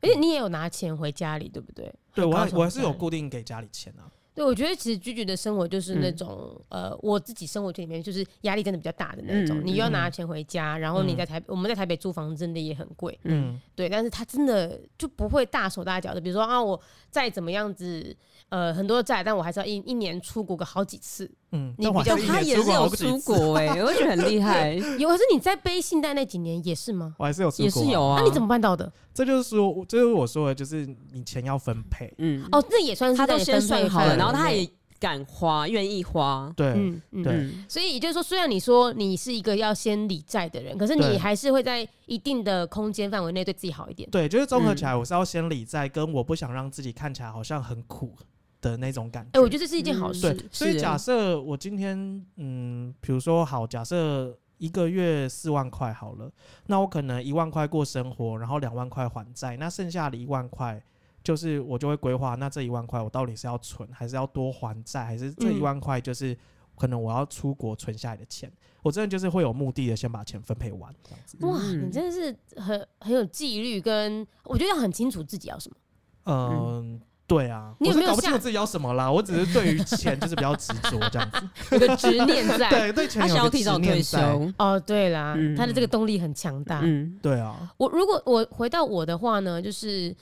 S1: 而且你也有拿钱回家里，对不对？
S3: 对我
S1: 高
S3: 还
S1: 雄
S3: 我还是有
S1: 家里
S3: 固定给家里钱啊。
S1: 对，我觉得其实居居的生活就是
S3: 嗯
S1: 那种、呃，我自己生活圈里面就是压力真的比较大的那种，
S2: 嗯
S1: 你又要
S3: 嗯
S1: 拿钱回家，然后你
S3: 嗯
S1: 在台、我们在台北租房真的也很贵，
S2: 嗯，
S3: 嗯
S1: 对，但是他真的就不会大手大脚的，比如说啊，我再怎么样子，呃，很多债，但我还是要一一年出国个好几次。
S3: 嗯，
S1: 你
S3: 但
S1: 比较
S3: 我还是一年
S2: 哦他也
S3: 出
S2: 是
S3: 国
S2: 有
S3: 好几
S2: 出
S3: 次，
S2: 国哎、我觉得很厉害，
S1: 有，可是你在背信贷那几年也是吗？
S3: 我还是有出国、
S2: 也是有。
S1: 那、
S2: 啊。
S1: 你怎么办到的？
S3: 这就是说，这就是我说的，就是你钱要分配。
S2: 嗯，
S1: 哦，这也算是
S2: 他
S1: 在
S2: 都
S1: 你
S2: 先
S1: 分配
S2: 算好
S1: 范
S2: 了，
S1: 围
S2: 然后他
S1: 内
S2: 也敢花，愿意花。
S3: 对，
S1: 嗯嗯
S3: 对
S2: 嗯
S1: 所以也就是说，虽然你说你是一个要先理债的人，可是你
S3: 对
S1: 还是会在一定的空间范围内对自己好一点。
S3: 对，就是综合起来，我是要先理债，跟我不想让自己看起来好像很苦的那种感觉。
S1: 哎、我觉得这是一件好事。
S3: 对，所以
S2: 是
S3: 假设我今天，嗯，比如说好，假设一个月四万块好了，那我可能一万块过生活，然后两万块还债，那剩下的一万块。就是我就会规划，那这一万块我到底是要存，还是要多还债，还是这一
S1: 嗯
S3: 万块就是可能我要出国存下来的钱？我真的就是会有目的的先把钱分配完，这样子。
S1: 哇，
S2: 嗯
S1: 你真的是很很有纪律跟，我觉得要很清楚自己要什么。
S3: 嗯，对啊，
S1: 你有
S3: 我是
S1: 没有
S3: 搞不清
S1: 下
S3: 楚自己要什么啦？我只是对于钱就是比较执着这样子，
S1: 有个执念 在。
S3: 对对
S2: 他
S3: 钱
S2: 想
S3: 有
S2: 要
S3: 个
S2: 提
S3: 执
S2: 早退
S3: 念
S2: 休，
S3: 在。
S1: 哦，对啦，
S2: 嗯
S1: 他的这个动力很强大。
S2: 嗯
S3: 对啊，
S1: 我如果我回到我的话呢，就是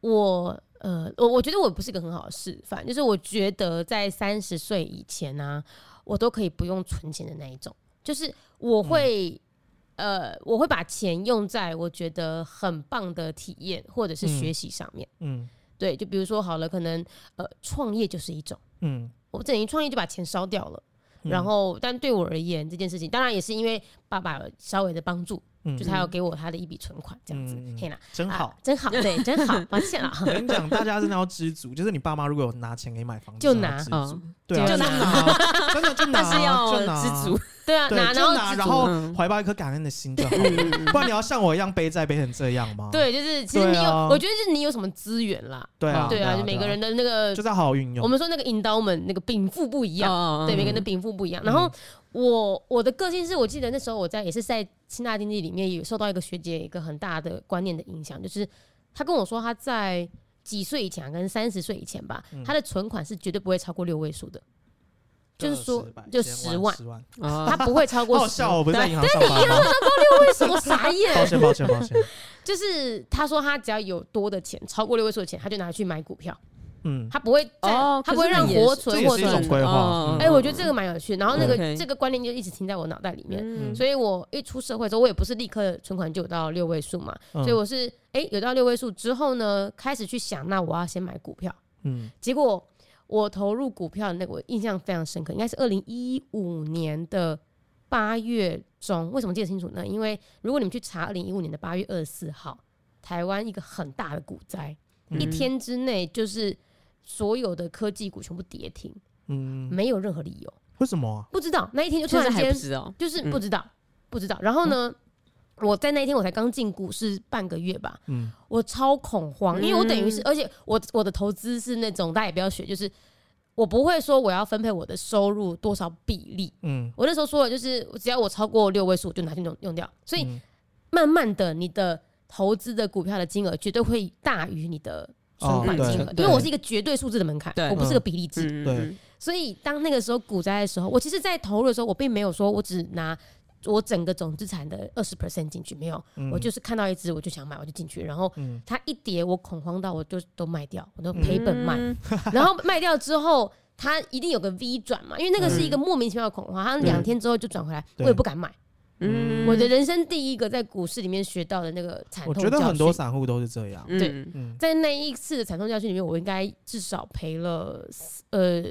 S1: 我呃，我我觉得我不是一个很好的示范，就是我觉得在三十岁以前啊，我都可以不用存钱的那一种，就是我
S3: 嗯
S1: 会、呃，我会把钱用在我觉得很棒的体验或者是
S3: 嗯
S1: 学习上面。
S3: 嗯
S1: 对，就比如说好了，可能呃，创业就是一种，
S3: 嗯，
S1: 我等于创业就把钱烧掉了。
S3: 嗯
S1: 然后，但对我而言，这件事情当然也是因为爸爸有稍微的帮助，
S3: 嗯
S1: 就是他有给我他的一笔存款这样子
S3: 嗯嗯，嗯
S1: 嘿啦，
S3: 真
S1: 啊
S3: 好。
S1: 真好，对，真好，抱歉
S3: 我
S1: 啊，
S3: 跟你讲，大家真的要知足，就是你爸妈如果有拿钱给你买房子，
S1: 就
S3: 真的要
S1: 拿
S3: 知足
S2: 嗯，
S3: 对啊，
S1: 就
S3: 就
S1: 拿
S3: 拿，真的 就拿，
S2: 但是要
S3: 就拿
S2: 知 足，，
S1: 对啊，
S3: 对
S1: 拿然
S3: 就拿，
S1: 后
S3: 然
S1: 知足
S3: 后
S2: 嗯
S3: 怀抱一颗感恩的心就好了， 不然你要像我一样背债背成这样吗？
S1: 对，就是其实
S3: 对
S1: 你有
S3: 啊，
S1: 我觉得是你有什么资源啦，
S3: 对啊，
S1: 对啊，
S3: 啊，
S1: 就每个人的那
S3: 对啊
S1: 个
S3: 就，是要好好运用
S1: 我。们说那个 endowment 那个禀赋不一样，
S2: 哦
S3: 嗯
S1: 对，每个人的禀赋不一样。然后我我的个性是我记得那时候我在也是在清大经济里面有受到一个学姐一个很大的观念的影响，就是她跟我说她在。几岁以前啊，跟三十岁以前吧，
S3: 嗯
S1: 她的存款是绝对不会超过六位数的，就是说
S3: 百
S1: 就
S3: 千
S1: 十万
S3: 万，十万，
S2: 哦
S1: 她不会超 过
S3: 好好
S1: 10。
S3: 笑哦，我不是在银行上班吗？
S1: 为什么傻眼？
S3: 抱歉，抱歉，抱 歉。
S1: 就是他说他只要有多的钱，超过六位数的钱，他就拿去买股票，
S3: 嗯，
S1: 他不会再、
S2: 哦
S1: 他不会
S2: 可是
S1: 让
S2: 那也是
S1: 活
S3: 这
S1: 存
S3: 也
S1: 或
S3: 是一
S1: 者
S3: 种规划
S2: 嗯。
S1: 哎、我觉得这个蛮有趣的。然后那个、
S2: OK
S1: 这个观念就一直停在我脑袋里面，
S2: 嗯
S1: 所以我一出社会之后，我也不是立刻存款就有到六位数嘛，
S3: 嗯
S1: 所以我是哎、有到六位数之后呢，开始去想，那我要先买股票。
S3: 嗯
S1: 结果我投入股票的那个，我印象非常深刻，应该是二零一五年的八月中。为什么记得清楚呢？因为如果你们去查二零一五年的八月二十四号，台湾一个很大的股灾，
S3: 嗯
S1: 一天之内就是所有的科技股全部跌停，
S3: 嗯，
S1: 没有任何理由，
S3: 为什么啊？
S1: 不知道那一天就突
S2: 现在
S1: 然
S2: 还
S1: 间
S2: 不知道，
S1: 就是不知道，不知道。然后呢？我在那一天我才刚进股市半个月吧，
S3: 嗯
S1: 我超恐慌，因为我等于是，
S2: 嗯
S1: 而且我我的投资是那种大家也不要学，就是我不会说我要分配我的收入多少比例。
S3: 嗯，
S1: 我那时候说的就是，只要我超过六位数，我就拿去用用掉。所以
S3: 嗯
S1: 慢慢的，你的投资的股票的金额绝对会大于你的存
S3: 哦
S1: 款
S3: 对
S1: 金额，因
S2: 对
S1: 为我是一个绝对数字的门槛
S2: 对，
S1: 我不
S3: 嗯
S1: 是个比例制。
S2: 嗯
S3: 对
S2: 嗯
S1: 所以当那个时候股灾的时候，我其实，在投入的时候，我并没有说我只拿我整个总资产的二十 percent 进去，没有，
S3: 嗯
S1: 我就是看到一只我就想买，我就进去，然后
S3: 嗯
S1: 它一跌，我恐慌到我就都卖掉，我都赔本卖。
S2: 嗯
S1: 然后卖掉之后，它一定有个 V 转嘛，因为那个是一个莫名其妙的恐慌，它两天之后就转回来，我
S3: 嗯对
S1: 也不敢买。
S2: 嗯
S1: 我的人生第一个在股市里面学到的那个惨
S3: 我
S1: 痛教
S3: 觉
S1: 训，
S3: 得很多散户都是这样。
S2: 嗯
S1: 对
S3: 嗯
S1: 在那一次的惨痛教训里面，我应该至少赔了呃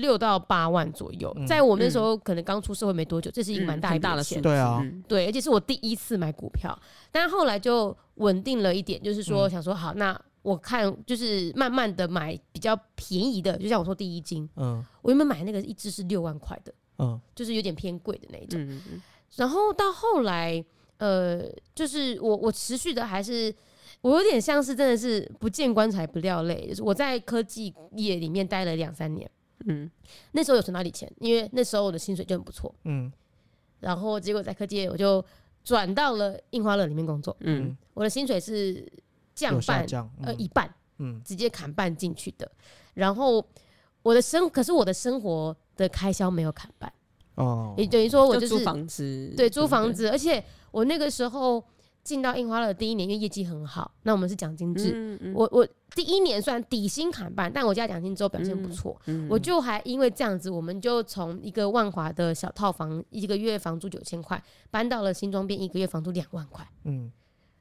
S1: 六到八万左右。
S3: 嗯
S1: 在我那时候可能刚出社会没多久，这是一个蛮
S2: 嗯
S1: 大一
S2: 很
S1: 笔
S2: 大的
S1: 钱
S2: 数，
S3: 对啊
S2: 嗯
S1: 对，而且是我第一次买股票，但后来就稳定了一点，就是说
S3: 嗯
S1: 想说好，那我看就是慢慢的买比较便宜的，就像我说第一金，
S3: 嗯
S1: 我原本买那个一只是六万块的，
S3: 嗯
S1: 就是有点偏贵的那一种。
S2: 嗯嗯
S1: 然后到后来，呃，就是我我持续的还是我有点像是真的是不见棺材不掉泪，就是我在科技业里面待了两三年，
S2: 嗯
S1: 那时候有存到点钱，因为那时候我的薪水就很不错，
S3: 嗯
S1: 然后结果在科技业我就转到了印花乐里面工作，
S2: 嗯
S1: 我的薪水是降
S3: 有下
S1: 半，
S3: 降，
S1: 呃
S3: 嗯
S1: 一半，
S3: 嗯
S1: 直接砍半进去的，然后。我的生，可是我的生活的开销没有砍半，
S3: 哦，
S1: 也等于说我
S2: 就是租房子，
S1: 对租
S2: 不
S1: 房子，而且我那个时候进到印花乐第一年，因为业绩很好，那我们是奖金制，
S2: 嗯嗯
S1: 我我第一年虽然底薪砍半，但我加奖金之后表现不错，
S2: 嗯
S1: 我就还因为这样子，我们就从一个万华的小套房，一个月房租九千块，搬到了新庄边，一个月房租两万块。
S3: 嗯，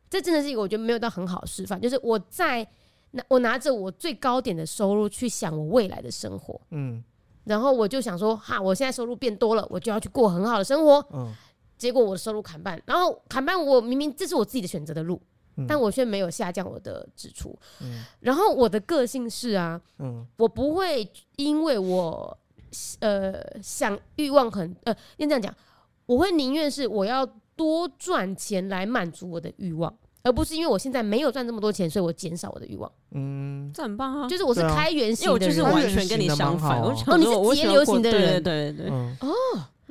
S1: 这真的是一个我觉得没有到很好的示范，就是我在拿我拿着我最高点的收入去想我未来的生活，
S3: 嗯
S1: 然后我就想说，哈，我现在收入变多了，我就要去过很好的生活。
S3: 嗯
S1: 结果我的收入砍半，然后砍半，我明明这是我自己的选择的路，
S3: 嗯，
S1: 但我却没有下降我的支出。
S3: 嗯
S1: 然后我的个性是啊，
S3: 嗯
S1: 我不会因为我呃想欲望很呃，应该这样讲，我会宁愿是我要多赚钱来满足我的欲望，而不是因为我现在没有赚这么多钱，所以我减少我的欲望。
S3: 嗯，
S2: 这很棒啊！
S1: 就是我是
S3: 对啊
S1: 开源
S2: 因
S1: 型
S2: 为我
S1: 的
S2: 就是
S1: 人
S3: 我
S2: 完全跟你相反，我
S3: 哦
S2: 就想
S1: 你是
S2: 说我
S1: 节
S2: 喜欢
S1: 流
S2: 过
S1: 型的
S2: 对
S1: 人
S2: 对对对。
S3: 嗯
S1: 哦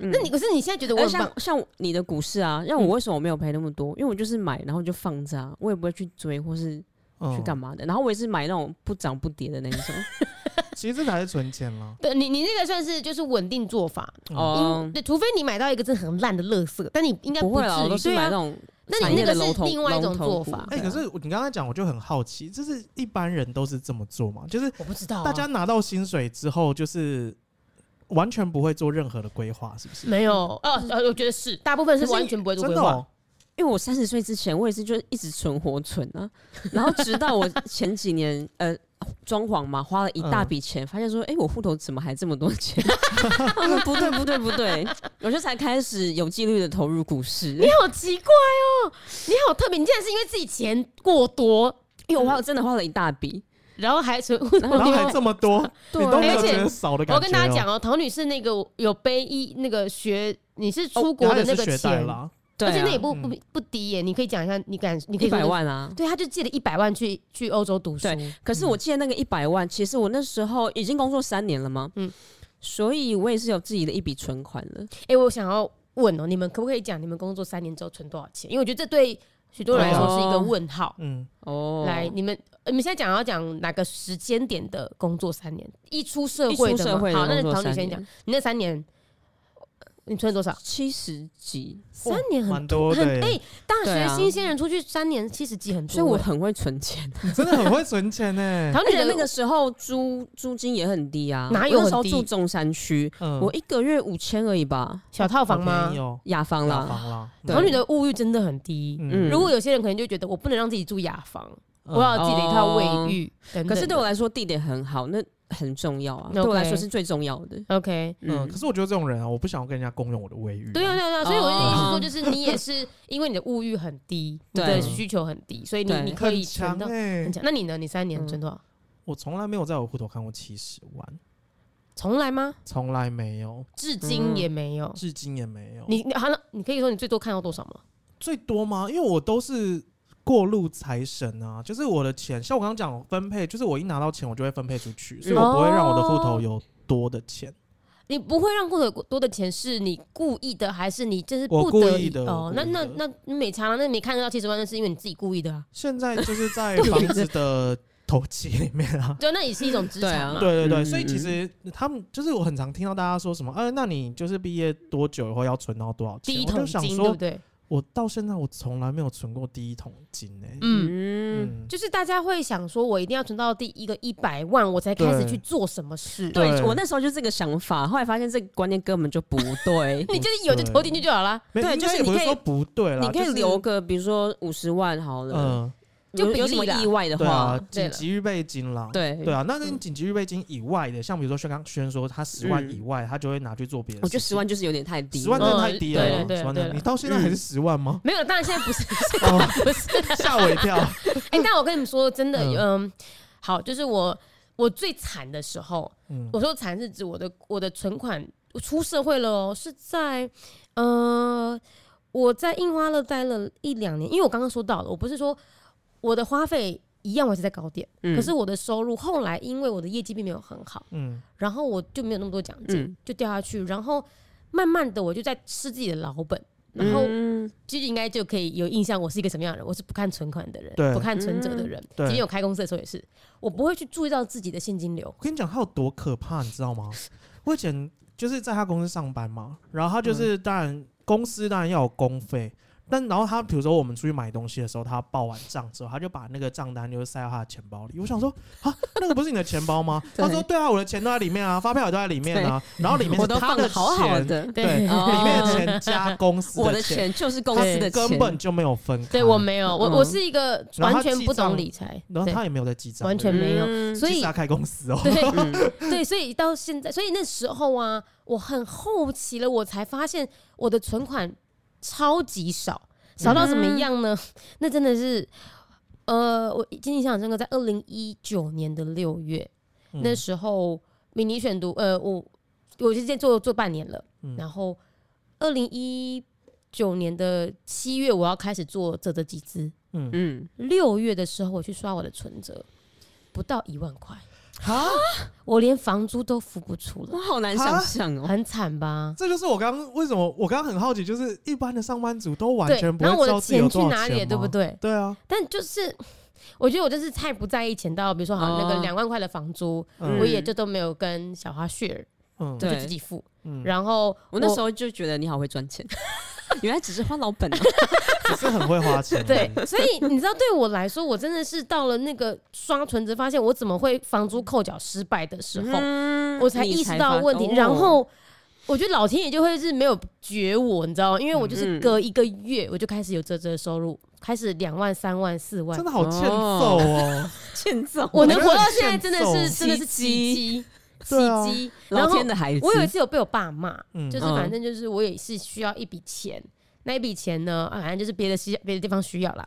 S2: 嗯
S1: 那你嗯可是你现在觉得我
S2: 而
S1: 很棒
S2: 呃像像你的股市啊，让我为什么我没有赔那么多？因为我就是买，然后就放着啊，我也不会去追或是
S3: 嗯，
S2: 去干嘛的。然后我也是买那种不涨不跌的那一种。
S3: 其实这才是存钱了。
S1: 对你，你那个算是就是稳定做法，
S3: 嗯
S2: 哦
S1: 因，对，除非你买到一个真的很烂的垃圾，但你应该
S2: 不会啦，我
S1: 至
S2: 都
S1: 于
S2: 是
S1: 对
S2: 买那
S1: 啊。
S2: 种
S1: 那你
S2: 产业的
S1: 那个是
S2: 龙头
S1: 另外一种
S2: 龙头
S1: 做
S2: 股
S1: 法
S3: 哎、
S2: 对
S3: 可
S2: 啊
S3: 是你刚才讲，我就很好奇，就是一般人都是这么做嘛？就是
S1: 我不知道啊、
S3: 大家拿到薪水之后，就是完全不会做任何的规划，是不是？
S1: 没有呃呃，我觉得是大部分是
S3: 可是
S1: 完全不会做
S3: 真
S1: 规
S3: 的、
S1: 划。
S3: 哦，
S2: 因为我三十岁之前，我也是就一直存活存啊，然后直到我前几年呃装潢嘛，花了一大
S1: 嗯
S2: 笔钱，发现说，哎、我户头怎么还这么多钱？ 我说不对不对不对，我就才开始有纪律的投入股市。
S1: 你好奇怪哦，你好特别，你竟然是因为自己钱过多，
S2: 因为我花了真的花了一大笔，
S1: 然后还 存。
S3: 然后还这么多，
S2: 对
S3: 你都没
S1: 嗯而
S3: 有
S1: 且
S3: 觉得少的感觉、哦。
S1: 我跟大家讲哦，陶女士那个有背一那个学，你是出国
S3: 她
S1: 的
S3: 也
S1: 那
S3: 是
S1: 个
S3: 学贷
S1: 钱，
S3: 啦，
S2: 对、
S1: 而且那也
S2: 啊，
S1: 不不不低耶。你可以讲一下，你敢你可
S2: 一
S1: 以说
S2: 百
S1: 是
S2: 万啊。
S1: 对，他就借了一百万去去欧洲读书。
S2: 对可是我
S1: 嗯
S2: 记得那个一百万，其实我那时候已经工作三年了嘛，
S1: 嗯
S2: 嗯，所以我也是有自己的一笔存款了。
S1: 哎、我想要问哦、你们可不可以讲你们工作三年之后存多少钱？因为我觉得这对许多人来说是一个问号。
S3: 嗯，
S2: 哦，
S1: 来，你们呃你们现在讲要讲哪个时间点的工作三年？一出社
S2: 一
S1: 会
S2: 出
S1: 的吗？
S2: 社会
S1: 好，
S2: 的
S1: 那
S2: 工作
S1: 陶女
S2: 三
S1: 先
S2: 年
S1: 讲，你那三年你存了多少？
S2: 七十几，
S1: 三年
S3: 蛮
S1: 很
S3: 多的
S1: 很
S3: 耶
S1: 哎、大
S2: 对
S1: 学
S2: 啊
S1: 新鲜人出去三年七十几很多、
S2: 所以我很会存钱。
S3: 你真的很会存钱欸呢、
S1: 陶
S2: 而
S1: 女
S2: 且
S1: 的
S2: 那个时候租租金也很低啊，
S1: 哪有
S2: 我那
S1: 很
S2: 时候
S1: 低
S2: 住中山区，
S3: 嗯，
S2: 我一个月五千而已吧，
S1: 小套房
S3: 好
S1: 吗
S3: 便宜？哦，
S2: 雅房
S3: 大
S2: 啦。
S3: 房啦，
S2: 对
S1: 陶女的物欲真的很低。
S3: 嗯
S2: 嗯
S1: 如果有些人可能就觉得我不能让自己住雅房，
S3: 嗯
S1: 我要有自己的一套卫浴等等的。
S2: 哦可是对我来说，地点很好，那很重要啊，对我来说是最重要的。
S1: OK，
S3: 嗯，
S2: 嗯
S3: 可，是我觉得这种人啊，我不想跟人家共用我的卫浴、
S1: 对啊，对啊，对啊，所以我的意思是说，
S2: 哦
S1: 就是你也是因为你的物欲很 低，你的
S2: 对
S1: 需求很低，所以你
S2: 对
S1: 你可
S3: 很
S1: 以
S3: 强
S1: 存到
S3: 哎、
S1: 很强。那你呢？你三年存多少？
S3: 我从来没有在我户头看过七十万，
S1: 从来吗？
S3: 从来没有，
S1: 至今
S2: 嗯
S1: 也没有。
S3: 至今也没有。
S1: 哦你你好了，你可以说你最多看到多少吗？
S3: 最多吗？因为我都是过路财神啊，就是我的钱，像我刚刚讲分配，就是我一拿到钱我就会分配出
S1: 嗯
S3: 去，所以我不会让我的户
S1: 哦
S3: 头有多的钱。
S1: 你不会让户头多的钱是你故意的，还是你就是
S3: 我
S1: 不得
S3: 故
S1: 已
S3: 意的我？
S1: 哦那
S3: 故意
S1: 那
S3: 的
S1: 那你没差了，那你没看得到七十万，那是因为你自己故意的啊。
S3: 现在就是 在房子的头期里面啊。
S1: 对，那也是一种资
S2: 对
S1: 产
S2: 啊
S1: 嘛。
S3: 对对对，
S2: 嗯
S3: 所以其实他们就是我很常听到大家说什么，呃，那你就是毕业多久以后要存到多少钱？
S1: 第一
S3: 我
S1: 桶
S3: 就想
S1: 金，对不
S3: 说，
S1: 对？
S3: 我到现在我从来没有存过第一桶金呢、
S1: 嗯。
S2: 嗯，
S3: 嗯，
S1: 就是大家会想说，我一定要存到第一个一百万，我才开始
S3: 对
S1: 去做什么事。。
S2: 对
S3: 对
S2: 我那时候就这个想法，后来发现这个观念根本就不对
S1: 你就是有就投进去就好了。
S3: 没
S2: 对
S3: 应
S2: 就
S3: 该
S2: 是
S3: 也不
S2: 你
S3: 是
S2: 可以
S3: 说不对啦，
S2: 你可以
S3: 就是
S2: 留个，比如说五十万好了，
S3: 嗯，
S1: 就
S2: 有
S1: 比例
S2: 有什么
S1: 啦
S2: 意外的
S3: 对啊
S2: 话，，
S1: 对了
S3: 紧急预备金啦，
S2: 对嗯
S3: 对啊，那那紧急预备金以外的，像比如说薛刚轩说他十万
S2: 嗯
S3: 以外，他就会拿去做别的。
S2: 我觉得十，万就是有点太低了，
S3: 十万真的太低了
S1: 嗯
S3: 啦，
S1: 对对
S3: 十万
S1: 对
S3: 真的
S1: 对
S3: 你到现
S2: 嗯
S3: 在还是十万吗？
S1: 没有，当然现在不是，
S3: 哦
S1: 不是。啊
S3: 吓我一跳。
S1: 哎、但我跟你们说，真的，嗯
S3: 嗯
S1: 好，就是我我最惨的时候，
S3: 嗯
S1: 我说惨是指我的我的存款，我出社会了哦，是在呃我在印花乐待了一两年，因为我刚刚说到了，我不是说我的花费一样，我还是在高点，
S2: 嗯
S1: 可是我的收入后来因为我的业绩并没有很好，
S3: 嗯
S1: 然后我就没有那么多奖金，
S2: 嗯
S1: 就掉下去，然后慢慢的我就在吃自己的老本。然后
S2: 嗯
S1: 就应该就可以有印象，我是一个什么样的人。我是不看存款的人
S3: 对，嗯
S1: 不看存折的人。
S3: 对
S1: 即便有开公司的时候也是，我不会去注意到自己的现金流。
S3: 我跟你讲，他有多可怕，你知道 吗？我以前就是在他公司上班嘛，然后他就是、
S2: 嗯
S3: 当然公司当然要有公费，但然后他比如说我们出去买东西的时候，他报完账之后，他就把那个账单就塞到他的钱包里。我想说 啊，那个不是你的钱包吗？
S2: 对
S3: 他说对啊，我的钱都在里面啊，发票也都在里面啊，然后里面
S2: 我
S3: 是
S2: 都
S3: 他
S2: 放
S3: 的
S2: 的
S3: 钱，
S2: 好好的，
S3: 对，
S1: 对
S2: 哦
S3: 里面的钱加公司
S2: 我的
S3: 钱，
S2: 钱就是公司的
S3: 他
S2: 钱，
S3: 根本就没有分开。
S1: 对我，没有，我
S2: 嗯
S1: 我是一个
S3: 然后
S1: 完
S3: 他
S1: 全不
S3: 记账
S1: 懂理财，
S3: 然后
S1: 对
S3: 他也没有在记账，
S1: 完全没有
S2: 嗯
S1: 所
S3: 其
S1: 以
S3: 实他开公司哦。
S1: 对
S2: 嗯
S1: 对，所以到现在，所以那时候啊，我很后期了，我才发现我的存款超级少，少到怎么样呢？
S3: 嗯
S1: 那真的是，呃，我今天想深刻，在二零一九年的六月，
S3: 嗯
S1: 那时候迷你选读，呃，我我之前做做半年了，
S3: 嗯
S1: 然后二零一九年的七月，我要开始做这这集资，
S3: 嗯，
S2: 嗯，
S1: 六月的时候我去刷我的存折，不到一万块。
S2: 啊
S3: 好，
S1: 我连房租都付不出
S2: 我
S1: 了，
S2: 好难想象哦，
S1: 很惨吧？
S3: 这就是我刚刚为什么我刚刚很好奇，就是一般的上班族都完
S1: 对
S3: 全，不
S1: 然
S3: 会
S1: 后我
S3: 知
S1: 的
S3: 道自己有
S1: 去
S3: 多少
S1: 哪里了，
S3: 钱
S1: 对不
S3: 吗？
S1: 对？
S3: 对啊，
S1: 但就是，我觉得我就是太不在意钱到，比如说好像那
S2: 哦
S1: 个两万块的房租，
S3: 啊嗯
S1: 我也就都没有跟小花 share，
S3: 嗯，
S1: 就
S2: 对
S1: 自己付。
S3: 嗯，
S1: 然后
S2: 我那时候就觉得你好会赚钱， 原来只是花老本啊，
S3: 只是很会花钱，欸
S1: 对，所以你知道，对我来说，我真的是到了那个刷存折，发现我怎么会房租扣缴失败的时候，
S2: 嗯
S1: 我才意识到问
S2: 哦
S1: 题。然，后我觉得老天爷就会是没有绝我，你知道吗？因为我就是
S2: 嗯
S1: 隔一个月我就开始有这这收入，开始两万、三万、四万
S3: 真，的好欠揍哦。
S2: 你才发 欠揍，
S1: 我
S3: 觉
S1: 能
S3: 得
S1: 活到
S3: 很
S1: 现在真的是
S3: 欠
S1: 真的是奇
S2: 奇
S1: 迹，奇
S3: 对啊
S1: 迹。然
S2: 老
S1: 后
S2: 天的孩子，
S1: 我有一次有被我爸骂，
S3: 嗯
S1: 就是反正就是我也是需要一笔钱，那一笔钱呢，啊反正就是别的需别的地方需要啦，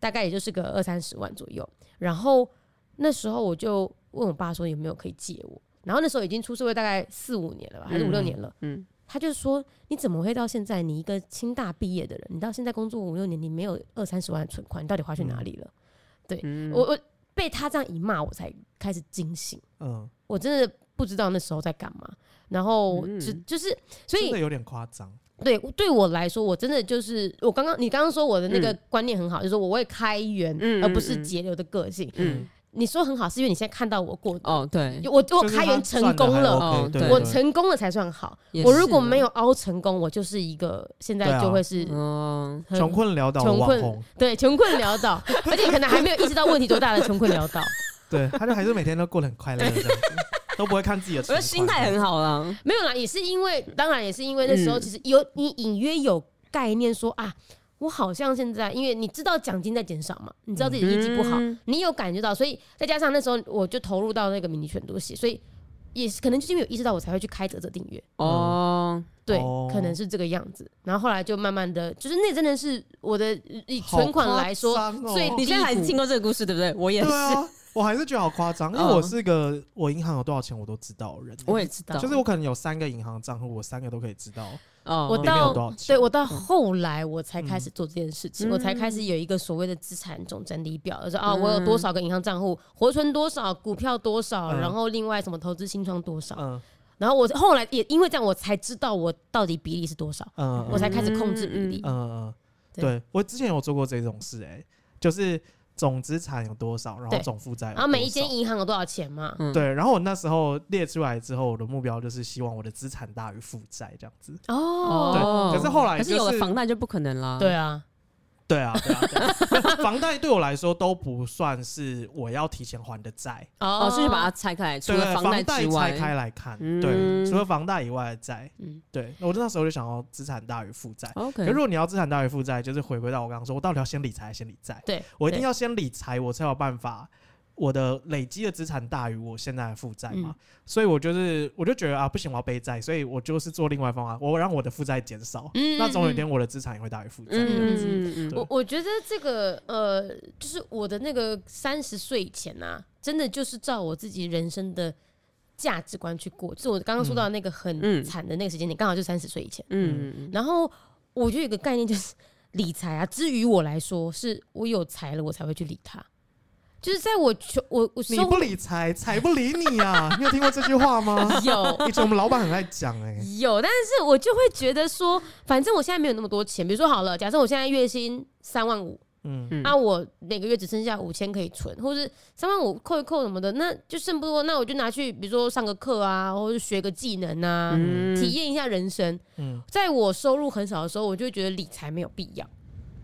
S1: 大概也就是个二三十万左右。然后那时候我就问我爸说有没有可以借我，然后那时候已经出社会大概四五年了吧，还是五六
S3: 嗯
S1: 年了。
S2: 嗯，
S1: 他就说：“你怎么会到现在？你一个清大毕业的人，你到现在工作五六年，你没有二三十万的存款，你到底花去哪里了？”
S2: 嗯
S1: 我我被他这样一骂，我才开始惊醒。
S3: 嗯，
S1: 我真的不知道那时候在干嘛。然后
S2: 嗯
S1: 就、就是，所
S3: 真的
S1: 以
S3: 有点夸张。
S1: 对对我来说，我真的就是我刚刚你刚刚说我的那个观念很好，就是我会开源，
S2: 嗯
S1: 而不是
S2: 嗯嗯
S1: 节流的个性。
S2: 嗯，
S1: 你说很好，是因为你现在看到我过，
S2: 哦对，
S1: 我我
S3: 就是
S1: 开源
S3: 他
S1: 成
S3: 算得
S1: 功
S3: 还
S1: 了，
S3: OK，
S2: 哦
S3: 对
S2: 对
S1: 我成功了才算好。
S2: 也
S1: 我如果
S2: 是啊
S1: 没有凹成功，我就是一个现
S3: 对
S1: 在
S3: 啊
S1: 就会是
S2: 嗯，
S1: 很
S3: 穷困潦倒的
S1: 穷
S3: 网
S1: 困
S3: 红，
S1: 对穷困潦倒，而且可能还没有意识到问题多大的穷困潦倒。
S3: 对，他就还是每天都过得很快乐这样子，都不会看 自己的
S2: 我
S3: 存
S2: 的
S3: 款。
S2: 心态很好啦，
S1: 没有啦，也是因为，当然也是因为那时候
S2: 嗯
S1: 其实有、你隐约有概念说啊，我好像现在，因为你知道奖金在减少嘛，你知道自己的业绩不好，
S2: 嗯
S1: 你有感觉到，所以再加上那时候我就投入到那个迷你选读写，所以也是可能就是因为有意识到，我才会去开泽泽订阅。
S2: 哦，
S1: 对，
S3: 哦
S1: 可能是这个样子。然后后来就慢慢的，就是那真的是我的以存款来说，
S3: 好夸张哦
S1: 最
S2: 你现在还听过这个故事对不对？我也
S3: 对
S2: 是，
S3: 啊，我还是觉得好夸张，因为
S2: 嗯
S3: 我是个我银行有多少钱我都知道的人，
S1: 嗯
S2: 我也知道，
S3: 就是我可能有三个银行账户，我三个都可以知道。
S2: 哦，
S1: 我
S3: 里面有多
S1: 到
S3: 少钱
S1: 对我到后来我才开始做这件事情，
S2: 嗯
S1: 我才开始有一个所谓的资产总整理表，就是啊，
S2: 嗯
S1: 我有多少个银行账户，活存多少，股票多少，
S3: 嗯
S1: 然后另外什么投资新创多少，
S3: 嗯
S1: 然后我后来也因为这样，我才知道我到底比例是多少，
S3: 嗯，
S1: 我才开始控制比
S3: 嗯
S1: 例。
S3: 嗯嗯，
S1: 对
S3: 对我之前有做过这种事，哎，就是总资产有多少，然后
S1: 对
S3: 总负债有多少，
S1: 然后每一间银行有多少钱嘛？
S2: 嗯，
S3: 对，然后我那时候列出来之后，我的目标就是希望我的资产大于负债这样子。
S1: 哦，
S3: 可是后来
S2: 可
S3: 就是
S2: 是有了房贷就不可能
S3: 嗯
S2: 啦，
S1: 对，啊，
S3: 对啊，对啊，对啊 房贷对我来说都不算是我要提前还的债，
S1: 哦
S2: 哦，所以就把它拆开来，除
S3: 对
S2: 了
S3: 对，
S2: 房
S3: 房
S2: 之
S3: 贷
S2: 外
S3: 拆，开来看，
S2: 嗯
S3: 对，除了房贷以外的债，
S1: 嗯
S3: 对，我那时候就想要资产大于负债。可
S2: OK，
S3: 是如果你要资产大于负债，就是回归到我刚刚说，我到底要先理财还是先理债？
S1: 对，
S3: 我一定
S1: 对
S3: 要先理财，我才有办法我的累积的资产大于我现在的负债嘛。所以我就是我就觉得啊，不行，我要背债，所以我就是做另外一方案，我让我的负债减少，
S1: 嗯
S3: 那总有一天我的资产也会大于负债。
S2: 嗯嗯嗯
S3: 对
S1: 我我觉得这个呃，就是我的那个三十岁前啊，真的就是照我自己人生的价值观去过，就是我刚刚说到那个很
S2: 嗯
S1: 惨的那个时间点，刚好就三十岁以前。
S2: 嗯
S1: 然后我就有一个概念，就是理财啊，至于我来说，是我有财了，我才会去理它。就是在我穷我我
S3: 你
S1: 生
S3: 不理财，财不理你啊！你有听过这句话 吗？
S1: 有
S3: 以前我们老板很爱讲哎、
S1: 有，但是我就会觉得说，反正我现在没有那么多钱。比如说好了，假设我现在月薪三万五，
S3: 嗯，
S2: 嗯
S1: 那我每个月只剩下五千可以存，或是三万五扣一扣什么的，那就剩不多，那我就拿去比如说上个课啊，或者学个技能啊，
S2: 嗯
S1: 体验一下人生。
S3: 嗯
S1: 在我收入很少的时候，我就会觉得理财没有必要，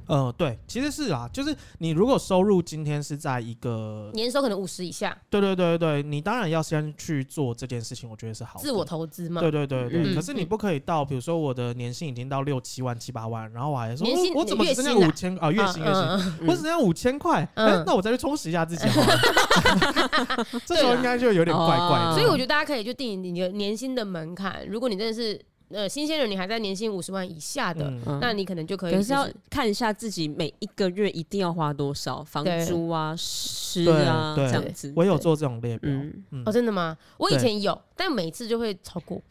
S3: 呃，对，其实是啊，就是你如果收入今天是在一个，
S1: 年收可能五十以下，
S3: 对对对对，你当然要先去做这件事情，我觉得是好的
S1: 自我投资嘛
S3: 对。对对对，
S2: 嗯
S3: 可是你不可以到，比如说我的年薪已经到六七万、七八万，然后我还说，
S1: 年薪
S3: 哦我怎么
S1: 月
S3: 只剩下
S1: 薪啊
S3: 五千啊？月薪月薪，
S1: 嗯嗯
S3: 我只剩下五千块，哎
S1: 嗯，
S3: 那我再去充实一下自己好了。 这时候应该就有点怪怪的
S2: 嗯。
S1: 啊哦所以我觉得大家可以就定你的年薪的门槛。如果你真的是呃新鲜人，你还在年薪五十万以下的，
S3: 嗯
S2: 嗯
S1: 那你可能就可以、
S2: 可
S1: 就是
S2: 要看一下自己每一个月一定要花多少，房
S1: 对
S2: 租啊、吃
S3: 对
S2: 啊
S3: 对
S2: 这样子。
S3: 我有
S2: 对，
S3: 做这种列表，
S2: 嗯，
S3: 嗯
S1: 哦，，真的吗？我以
S3: 对
S1: 前有，但每次就会超过，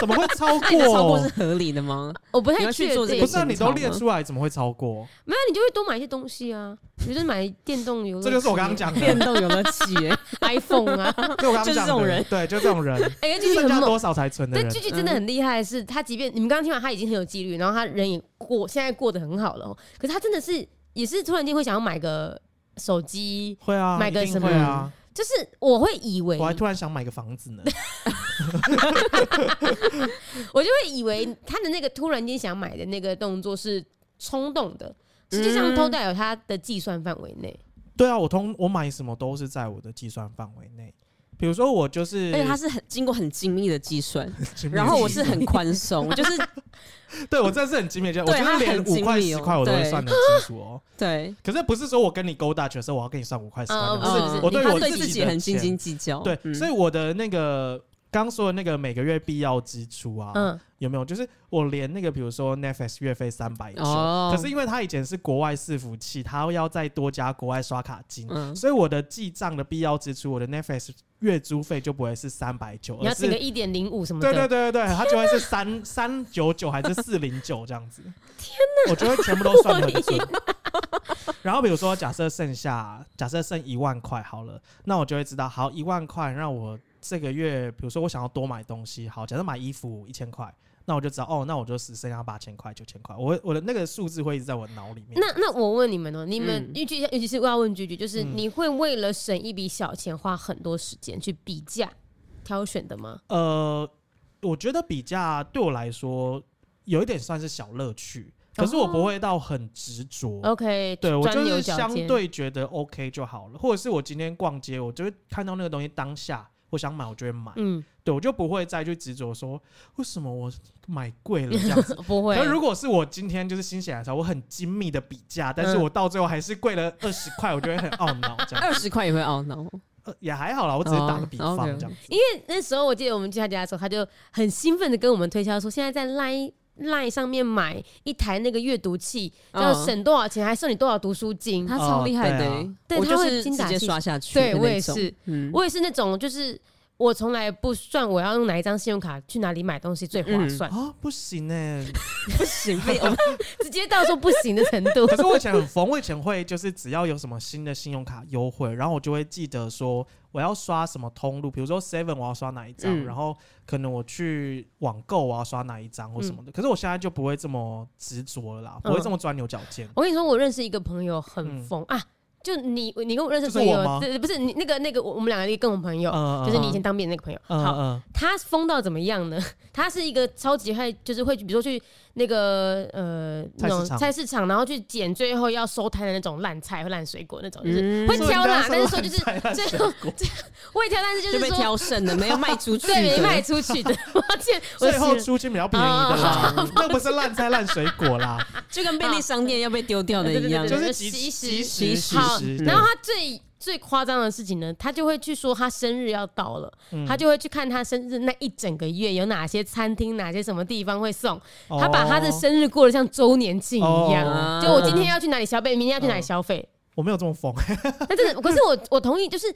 S3: 怎么会超
S1: 哎
S2: 那你的超过是
S3: 过？
S2: 合理的 吗？
S1: 我不
S2: 你
S1: 太
S2: 要去
S1: 确
S2: 做这
S1: 定
S2: 个
S3: 不。是啊，你
S2: 检
S3: 都
S2: 讨
S3: 列
S2: 吗
S3: 出来，怎么会超过？
S1: 没有，你就会多买一些东西啊，比如说买电动游乐
S3: 这
S1: 器啊，
S3: 就是我刚刚讲的，
S2: 电动有乐器 耶，
S1: iPhone 啊，
S3: 就我刚刚讲的，
S2: 就是这种人
S3: 对，就这种 人，
S1: 哎，剧剧
S3: 剩
S1: 很
S3: 下
S1: 猛。
S3: 多少才存的
S1: 但
S3: 人
S1: 剧，剧真的很厉害的是，他即便你们刚刚听完，他已经很有纪律，然后他人也过，现在过得很好了哦。可是他真的是也是突然间会想要买个手机，
S3: 会啊，
S1: 买个
S3: 一定
S1: 什么
S3: 会啊，
S1: 就是我会以为
S3: 我还突然想买个房子呢。
S1: 我就会以为他的那个突然间想买的那个动作是冲动的，实际上
S2: 嗯
S1: 偷带有他的计算范围内，
S3: 对啊，我通我买什么都是在我的计算范围内。比如说我就是，
S2: 而且它是很经过很精密的计算，
S3: 精密
S2: 然后
S3: 计
S2: 我是
S3: 算
S2: 很宽松，就是
S3: 对我真的是很精密的，我
S2: 对
S3: 觉
S2: 他
S3: 得
S2: 很
S3: 连
S2: 精
S3: 五块
S2: 密
S3: 十
S2: 哦
S3: 块我都会
S2: 对
S3: 算得清楚哦。
S2: 对，
S3: 可是不是说我跟你勾搭的时候，我要跟你算五块十块
S1: 哦
S3: 那种，
S1: 不是不是
S2: 嗯
S3: 我对
S2: 他
S3: 我
S2: 对
S3: 自己
S2: 己
S3: 的
S2: 很斤
S3: 钱
S2: 斤哦嗯计较，
S3: 对，所以
S2: 以
S3: 我的那个刚说的那个每个月必要支出啊，
S1: 嗯，
S3: 有没有？就是我连那个比如说 Netflix 月费三百九，
S2: 哦
S3: 可是因为它以前是国外伺服器，它要再多加国外刷卡金，
S2: 嗯
S3: 所以我的记账的必要支出，我的 Netflix 月租费就不会是三百九，
S1: 你要
S3: 而
S1: 整个
S3: 是。
S1: 一点零五什么
S3: 对对
S1: 的，
S3: 对对对，它就会是三三九九还是四零九这样子。天哪！我就会全部都算得很准。 然后比如说，假设剩下，假设剩一万块好了，那我就会知道，好，一万块，让我这个月，比如说我想要多买东西，好，假设买衣服一千块，那我就知道，哦，那我就只剩下八千块、九千块，我我的那个数字会一直在我脑里面。
S1: 那那我问你们哦、你们
S2: 嗯
S1: 尤其尤其是我要问句句，就是
S3: 嗯
S1: 你会为了省一笔小钱花很多时间去比价挑选的吗？
S3: 呃，我觉得比价对我来说有一点算是小乐趣，可是我不会到很执着。
S1: OK，
S3: 对我
S1: 哦钻
S3: 就
S1: 牛
S3: 是
S1: 角
S3: 相
S1: 尖。
S3: 对觉得 OK 就好了，或者是我今天逛街，我就会看到那个东西当下我想买，我就会买，
S1: 嗯，
S3: 对我就不会再去执着说为什么我买贵了这样子。
S1: 不 会
S3: 可。如果是我今天就是心血来潮，我很精密的比价，但是
S1: 嗯
S3: 我到最后还是贵了二十块，我就会很懊恼这样。
S2: 二十块也会懊恼，
S3: 呃也还好啦，我只是打个比
S2: 哦
S3: 方
S2: ，OK
S3: 这样子。
S1: 那时候我记得我们去他家的时候，他就很兴奋的跟我们推销说，现在在 Line Line 上面买一台那个阅读器，
S2: 嗯
S1: 要省多少钱，还送你多少读书金。
S2: 他超厉害的
S3: 哦
S2: 欸，
S1: 对啊
S2: 我
S1: 对他
S2: 就
S1: 会
S2: 是
S1: 精
S2: 直
S1: 打
S2: 接
S1: 细
S2: 刷下去，
S1: 对我也，是，
S2: 嗯，
S1: 我也是那种就是。我从来不算我要用哪一张信用卡去哪里买东西最划算，
S3: 啊，不行呢、
S2: 不行，被我
S1: 直接到说不行的程度。
S3: 可是我以前很疯，我以前会就是只要有什么新的信用卡优惠，然后我就会记得说我要刷什么通路，比如说 Seven 我要刷哪一张，
S2: 嗯
S3: 然后可能我去网购我要刷哪一张或什
S1: 嗯
S3: 么的。可是我现在就不会这么执着了啦，不会这么钻牛角尖。
S1: 我跟你说，我认识一个朋友很疯、啊，就你你跟我认识
S3: 嗯就
S1: 朋
S3: 是我
S1: 友
S3: 吗，
S1: 对不是你那个那个我我们两个一个共同朋友，
S3: 嗯
S1: 就是你以前当兵的那个朋友。
S3: 嗯
S1: 好，
S3: 嗯
S1: 他疯到怎么样呢？ 他是一个超级会，就是会，比如说去那个呃那
S3: 菜
S1: 种
S3: 市场
S1: 菜市场，然后去捡最后要收摊的那种烂菜和烂水果那种，就是
S2: 嗯
S1: 会
S3: 嗯
S1: 挑啦，
S3: 所
S1: 但
S3: 以
S1: 是
S3: 人家
S1: 说就是
S3: 烂菜烂
S1: 最
S3: 水
S1: 后
S3: 果
S1: 会挑，但是就
S2: 就是被
S1: 说
S2: 挑剩了，没有卖出去，
S1: 对没卖，出去的， 抱歉， 我
S3: 最后
S1: 是哦
S3: 租金比较便宜的啦，那不是烂菜烂水果啦，
S2: 啊 就跟便利商店要被丢掉的一样
S1: 对
S3: 就
S1: 对，
S3: 是
S1: 就
S3: 即
S1: 即
S3: 即
S1: 时
S3: 时即时
S1: 好
S3: 时。
S1: 然后他最最夸张的事情呢，他就会去说他生日要到了，
S3: 嗯
S1: 他就会去看他生日那一整个月有哪些餐厅、哪些什么地方会送，
S3: 哦
S1: 他把他的生日过得像周年庆一样。
S2: 哦
S1: 就我
S3: 嗯
S1: 今天要去哪里消费，明天要去哪里消费，
S3: 我没有这么疯，
S1: 那真的，可是我我同意，就是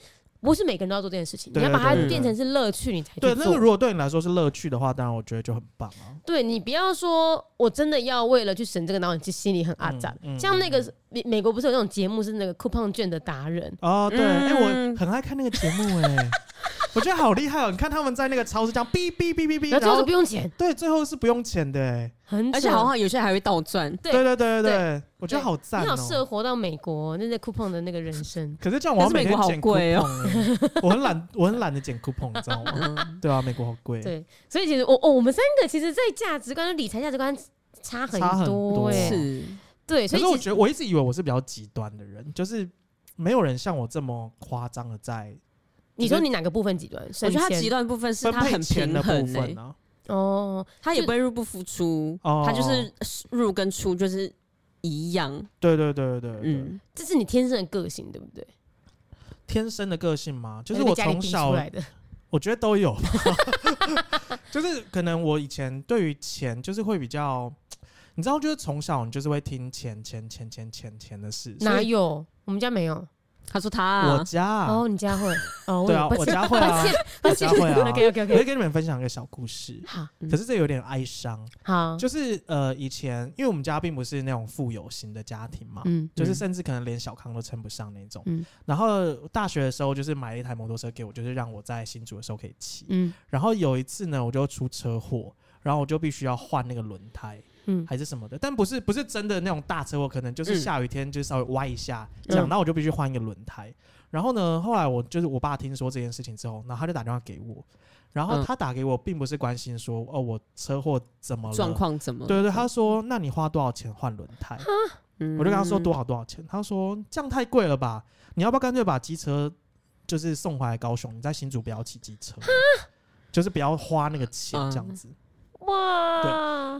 S1: 不是每个人都要做这件事情，你
S3: 对
S1: 要把它
S3: 对
S2: 对
S1: 变成是乐趣，你才去
S3: 对，
S1: 做。
S3: 那个如果对你来说是乐趣的话，当然我觉得就很棒啊。
S1: 对你不要说我真的要为了去省这个，然后你就心里很阿杂。
S3: 嗯嗯
S1: 像那个美美国不是有那种节目是那个 coupon 券的达人，
S3: 哦，对，哎、
S2: 嗯
S3: 我很爱看那个节目、哎，我觉得好厉害哦！你看他们在那个超市这样哔哔哔哔哔，
S1: 然
S3: 然
S1: 后最后
S3: 后
S1: 都不用钱，
S3: 对，最后是不用钱的、哎
S1: 很
S2: 而且
S1: 扯
S2: 好像有些还会倒赚。
S1: 对
S3: 对对对对对，我觉得好赞
S1: 你好
S3: 哦、
S1: 适合活到美国，那在 coupon 的那个人生。
S3: 可是这样我要
S2: 但
S3: 每
S2: 是美
S3: 天
S2: 国好
S3: 捡 coupon，、
S2: 贵哦
S3: 哎我很懒，我很懒得捡 coupon，你知道 吗？
S2: 嗯，
S3: 对啊，美国好贵，
S1: 对，所以其实我哦，我们三个其实，在价值观、理财价值观差很
S3: 差很
S1: 多
S3: 多
S1: 哎、
S2: 是
S1: 对，所
S3: 可是
S1: 以
S3: 我
S1: 其实
S3: 觉得我一直以为我是比较极端的人，就是没有人像我这么夸张的在
S1: 你说你哪个部分极端？
S2: 我
S1: 省
S2: 觉得他
S1: 钱
S2: 极端的部分是
S3: 分
S2: 他
S3: 配
S2: 很
S3: 钱的
S2: 平
S3: 部
S2: 衡诶、
S3: 分啊。
S1: 哦，
S2: 他也
S1: 就
S2: 不会入不敷出，
S3: 哦
S2: 他就是入跟出就是一样。
S3: 对对对对对对，
S2: 嗯，
S1: 这是你天生的个性，对不对？
S3: 天生的个性嘛，就
S1: 还
S3: 是
S1: 被
S3: 我
S1: 家里
S3: 从
S1: 逼
S3: 小
S1: 出来的，
S3: 我觉得都有 吧，就是可能我以前对于钱就是会比较，你知道，就是从小你就是会听钱钱钱钱钱钱的事，所
S1: 哪
S3: 以
S1: 有？我们家没有。
S2: 他说他、
S3: 我
S2: 啊、
S3: 家啊、
S1: 哦，你家会？哦，
S3: 对啊，
S1: 我
S3: 我家会啊，
S1: 抱
S3: 我
S1: 歉
S3: 家会啊。
S1: OK OK
S3: 我会
S1: OK，
S3: 跟你们分享一个小故事，
S1: 好
S2: 嗯
S3: 可是这有点哀伤，
S1: 好，
S3: 就是呃，以前因为我们家并不是那种富有型的家庭嘛，
S1: 嗯
S3: 就是甚至可能连小康都称不上那种。
S1: 嗯
S3: 然后大学的时候，就是买了一台摩托车给我，就是让我在新竹的时候可以骑。
S1: 嗯
S3: 然后有一次呢，我就出车祸，然后我就必须要换那个轮胎
S1: 嗯，
S3: 还是什么的，但不是不是真的那种大车祸，可能就是
S2: 嗯
S3: 下雨天就稍微歪一下这样，
S1: 嗯
S3: 那我就必须换一个轮胎。然后呢，后来我就是我爸听说这件事情之后，然后他就打电话给我，然后
S2: 嗯
S3: 他打给我并不是关心说哦我车祸怎么了
S2: 状，况怎么？
S3: 对对，他说那你花多少钱换轮胎？我
S2: 嗯
S3: 就跟他说多少多少钱，他说这样太贵了吧，你要不要干脆把机车就是送回来高雄，你在新竹不要骑机车，就是不要花那个钱
S1: 嗯
S3: 这样子。
S1: 哇，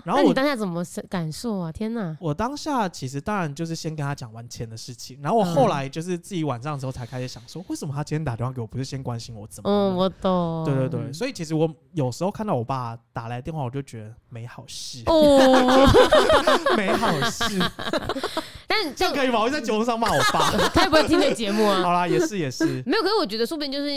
S3: 然后
S1: 那你
S3: 我
S1: 当下怎么是感受啊？天哪，
S3: 我当下其实当然就是先跟他讲完钱的事情，然后
S1: 嗯
S3: 我后来就是自己晚上的时候才开始想说，为什么他今天打电话给我不是先关心我怎么了？
S1: 嗯，我嗯懂，
S3: 对对对，所以其实我有时候看到我爸打来电话，我就觉得没好事，
S1: 哦，
S3: 没好事，
S1: 但
S3: 这
S1: 这
S3: 样
S1: 样
S3: 可以吗？我在节目上骂我爸，
S1: 他也不会听这节目啊，
S3: 好啦，也是也是，
S1: 没有，可是我觉得说不定就是。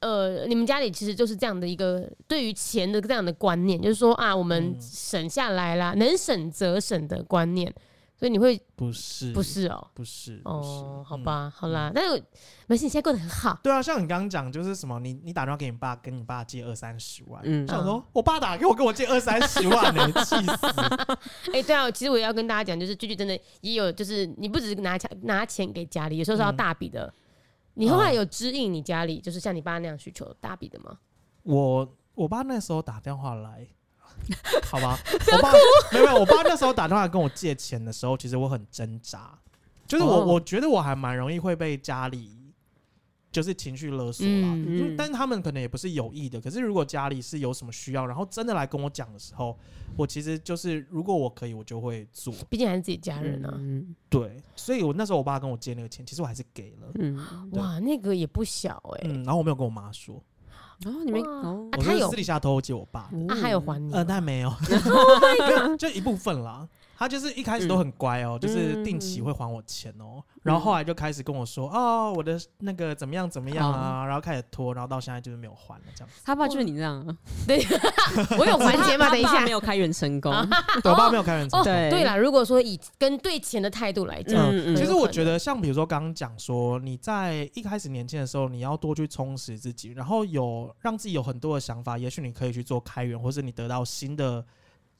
S1: 呃，你们家里其实就是这样的一个对于钱的这样的观念，就是说啊，我们
S3: 嗯
S1: 省下来啦，能省则省的观念，所以你会
S3: 不是
S1: 不是哦、
S3: 不是不是
S1: 哦，好
S3: 嗯
S1: 吧，好啦，但是没事，你现在过得很好，
S3: 对啊，像你刚刚讲，就是什么，你你打电话给你爸，跟你爸借二三十万，
S2: 嗯
S3: 想说我爸打给我，跟我借二三十万呢、气死！
S1: 哎、对啊，其实我也要跟大家讲，就是句句真的也有，就是你不只拿钱拿钱给家里，有时候是要
S3: 嗯
S1: 大笔的。你后来有指引你家里，就是像你爸那样需求大笔的吗？
S3: 我我爸那时候打电话来，好吧，我爸没有没有，我爸那时候打电话跟我借钱的时候，其实我很挣扎，就是我、
S1: 哦
S3: 我觉得我还蛮容易会被家里就是情绪勒索啦。
S1: 嗯，
S3: 嗯，但他们可能也不是有意的。可是如果家里是有什么需要，然后真的来跟我讲的时候，我其实就是如果我可以，我就会做。
S1: 毕竟还是自己家人啊。
S2: 嗯
S3: 对，所以我那时候我爸跟我借那个钱，其实我还是给了，
S2: 嗯，嗯
S3: 对
S1: 哇，那个也不小哎、
S3: 嗯，然后我没有跟我妈说，
S2: 然后你们
S1: 哇
S2: 哦
S1: 啊
S3: 我
S1: 他
S3: 是
S1: 有 Oh
S3: 私底下偷借我爸的，
S1: 啊，还有还你吗，
S3: 呃，但 没有， 就一部分啦。他就是一
S1: 嗯
S3: 开始都很乖哦，就是定期会还我钱哦，然后
S1: 嗯
S3: 后来就开始跟我说，哦，我的那个怎么样怎么样
S1: 哦
S3: 啊，然后开始拖，然后到现在就是没有还了这样子。
S2: 他爸就是你这样啊，
S1: 我有环
S2: 他
S1: 节吗？
S2: 他
S1: 等一
S2: 爸
S1: 下
S2: 没，有开源成功，
S3: 对我爸没有开人成
S1: 哦，
S3: 功
S2: 对
S1: 对啦，如果说以跟对钱的态度来讲，
S2: 嗯嗯
S3: 其实我觉得，像比如说刚刚讲说，你在一开始年轻的时候，你要多去充实自己，然后有让自己有很多的想法，也许你可以去做开源，或是你得到新的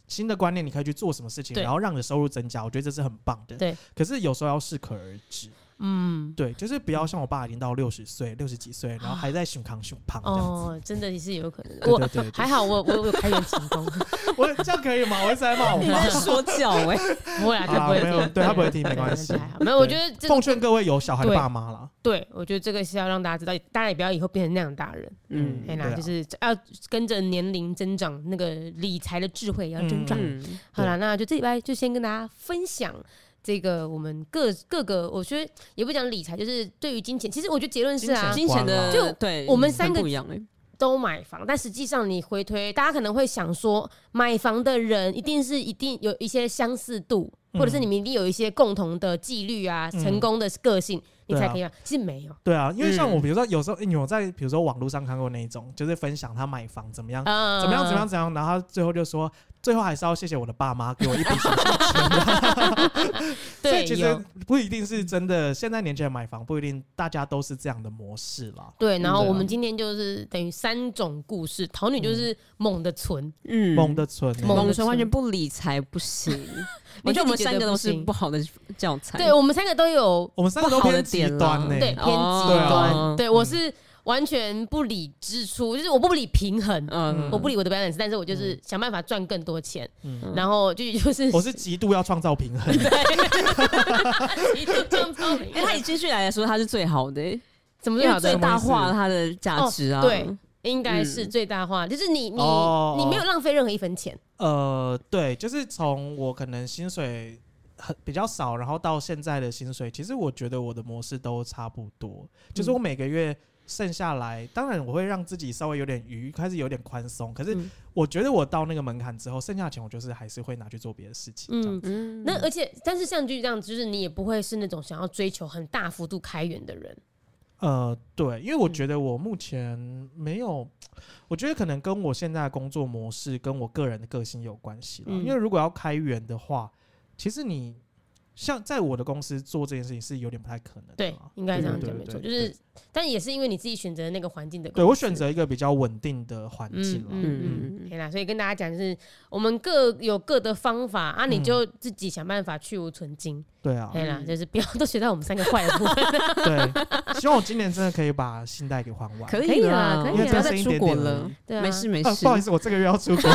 S3: 新的观念，你可以去做什么事情，
S1: 对
S3: 然后让你的收入增加。我觉得这是很棒的。
S1: 对。
S3: 可是有时候要适可而止，
S1: 嗯，
S3: 对，就是不要像我爸已经到六十岁、六十几岁，然后还在熊扛熊胖这样子。
S1: 哦，真的是有可能的。
S3: 对
S1: 我
S3: 对对
S1: 还好我，我我有开源 成功，
S3: 对，我这样可以吗？我一直在骂我
S2: 你
S3: 妈。
S2: 在说教哎、
S1: 不会啦，他不会
S3: 啊没有
S1: 听，
S3: 对他不会听没关系
S1: 还好没有，我觉
S3: 对
S1: 得这个
S3: 奉劝各位有小孩的
S1: 对
S3: 爸妈啦，
S1: 对，我觉得这个是要让大家知道，大家也不要以后变成那样的大人，
S2: 嗯
S1: 对
S3: 对
S1: 啦，
S3: 啊
S1: 就是要跟着年龄增长，那个理财的智慧也要增长。
S2: 嗯，
S1: 好啦，那就这礼拜就先跟大家分享这个我们各各个，我觉得也不讲理财，就是对于金钱，其实我觉得结论是啊
S3: 嗯，
S2: 金钱的
S1: 就
S2: 对，
S1: 我们三
S2: 很
S1: 个
S2: 不一样哎、
S1: 都买房，但实际上你回推，大家可能会想说，买房的人一定是一定有一些相似度，
S3: 嗯
S1: 或者是你们一定有一些共同的纪律啊，
S3: 嗯
S1: 成功的个性。你
S3: 对
S1: 才
S3: 啊
S1: 可以买。其实没有
S3: 对啊，因为像我
S2: 嗯
S3: 比如说有时候哎诶你有在比如说网络上看过那一种，就是分享他买房怎么
S2: 嗯
S3: 样。
S1: 啊，
S3: 怎么样？怎么样？怎么样？然后他最后就说，最后还是要谢谢我的爸妈给我一笔小小 钱。所
S1: 对，
S3: 以其
S1: 呃有
S3: 实不一定是真的，现在年轻人买房不一定大家都是这样的模式啦。
S1: 对，然后
S3: 对啊
S1: 我们今天就是等于三种故事，桃女就是猛的存，
S2: 嗯
S3: 猛的存欸，
S1: 猛
S2: 猛
S1: 的
S2: 纯完
S1: 存
S2: 全不理财不行，我
S1: 你自己觉得
S2: 觉得我们三个
S1: 不
S2: 都是
S1: 行
S2: 不好的教材。
S1: 对我们三个都有
S3: 我们三个都
S2: 不好的
S3: 偏极
S2: 点啦
S3: 端欸呢、
S1: 对偏极
S2: 哦
S1: 端，对
S3: 嗯
S1: 我是完全不理支出，就是我不理平衡，
S2: 嗯，
S1: 我不理我的 balance，但是我就是想办法赚更多钱，
S3: 嗯
S1: 然后就 就是
S3: 我是极度要创造平衡，
S1: 一路这样操你
S2: 因为他以积蓄来说，他是最好的、欸，
S1: 怎么
S2: 因
S1: 最好
S2: 为
S1: 的
S2: 最大化他的价值啊。
S1: 哦对，应该
S2: 嗯
S1: 是最大化，就是你你
S3: 哦
S1: 你没有浪费任何一分钱，
S3: 呃，对，就是从我可能薪水很比较少，然后到现在的薪水，其实我觉得我的模式都差不多，就是我每个月剩下来，当然我会让自己稍微有点余，开始有点宽松，可是
S1: 嗯
S3: 我觉得我到那个门槛之后，剩下的钱我就是还是会拿去做别的事情，这样
S1: 嗯
S3: 子。。
S2: 嗯
S1: 那而且，但是像剧这样，就是你也不会是那种想要追求很大幅度开源的人，
S3: 呃，对，因为
S1: 嗯
S3: 我觉得我目前没有，我觉得可能跟我现在的工作模式跟我个人的个性有关系了。
S1: 嗯
S3: 因为如果要开源的话，其实你像在我的公司做这件事情是有点不太可能的
S1: 对
S3: 啦。，
S1: 应该这样
S3: 对
S1: 讲
S3: 对
S1: 没错，
S3: 对
S1: 就是
S3: 对，
S1: 但也是因为你自己选择那个环境的公司，
S3: 对我选择一个比较稳定的环境了。
S1: 嗯嗯
S2: 嗯
S1: 嗯，对啦，所以跟大家讲就是，我们各有各的方法啊，你就自己想办法去无存精，
S3: 对 啊，
S1: 对啦，
S2: 嗯
S1: 就是不要都学到我们三个坏的部 分，
S3: 对，希望我今年真的可以把信贷给还完。
S2: 可
S1: 可以
S2: 以
S1: 啦
S2: 啦，
S1: 可以
S2: 因为
S1: 啦
S2: 不
S3: 剩
S2: 要再
S3: 一
S2: 出
S3: 点
S2: 国
S3: 点而
S2: 了
S3: 已，
S1: 对啊，
S2: 没事没
S3: 啊，
S2: 事
S3: 不。好意思，我这个月要 出国。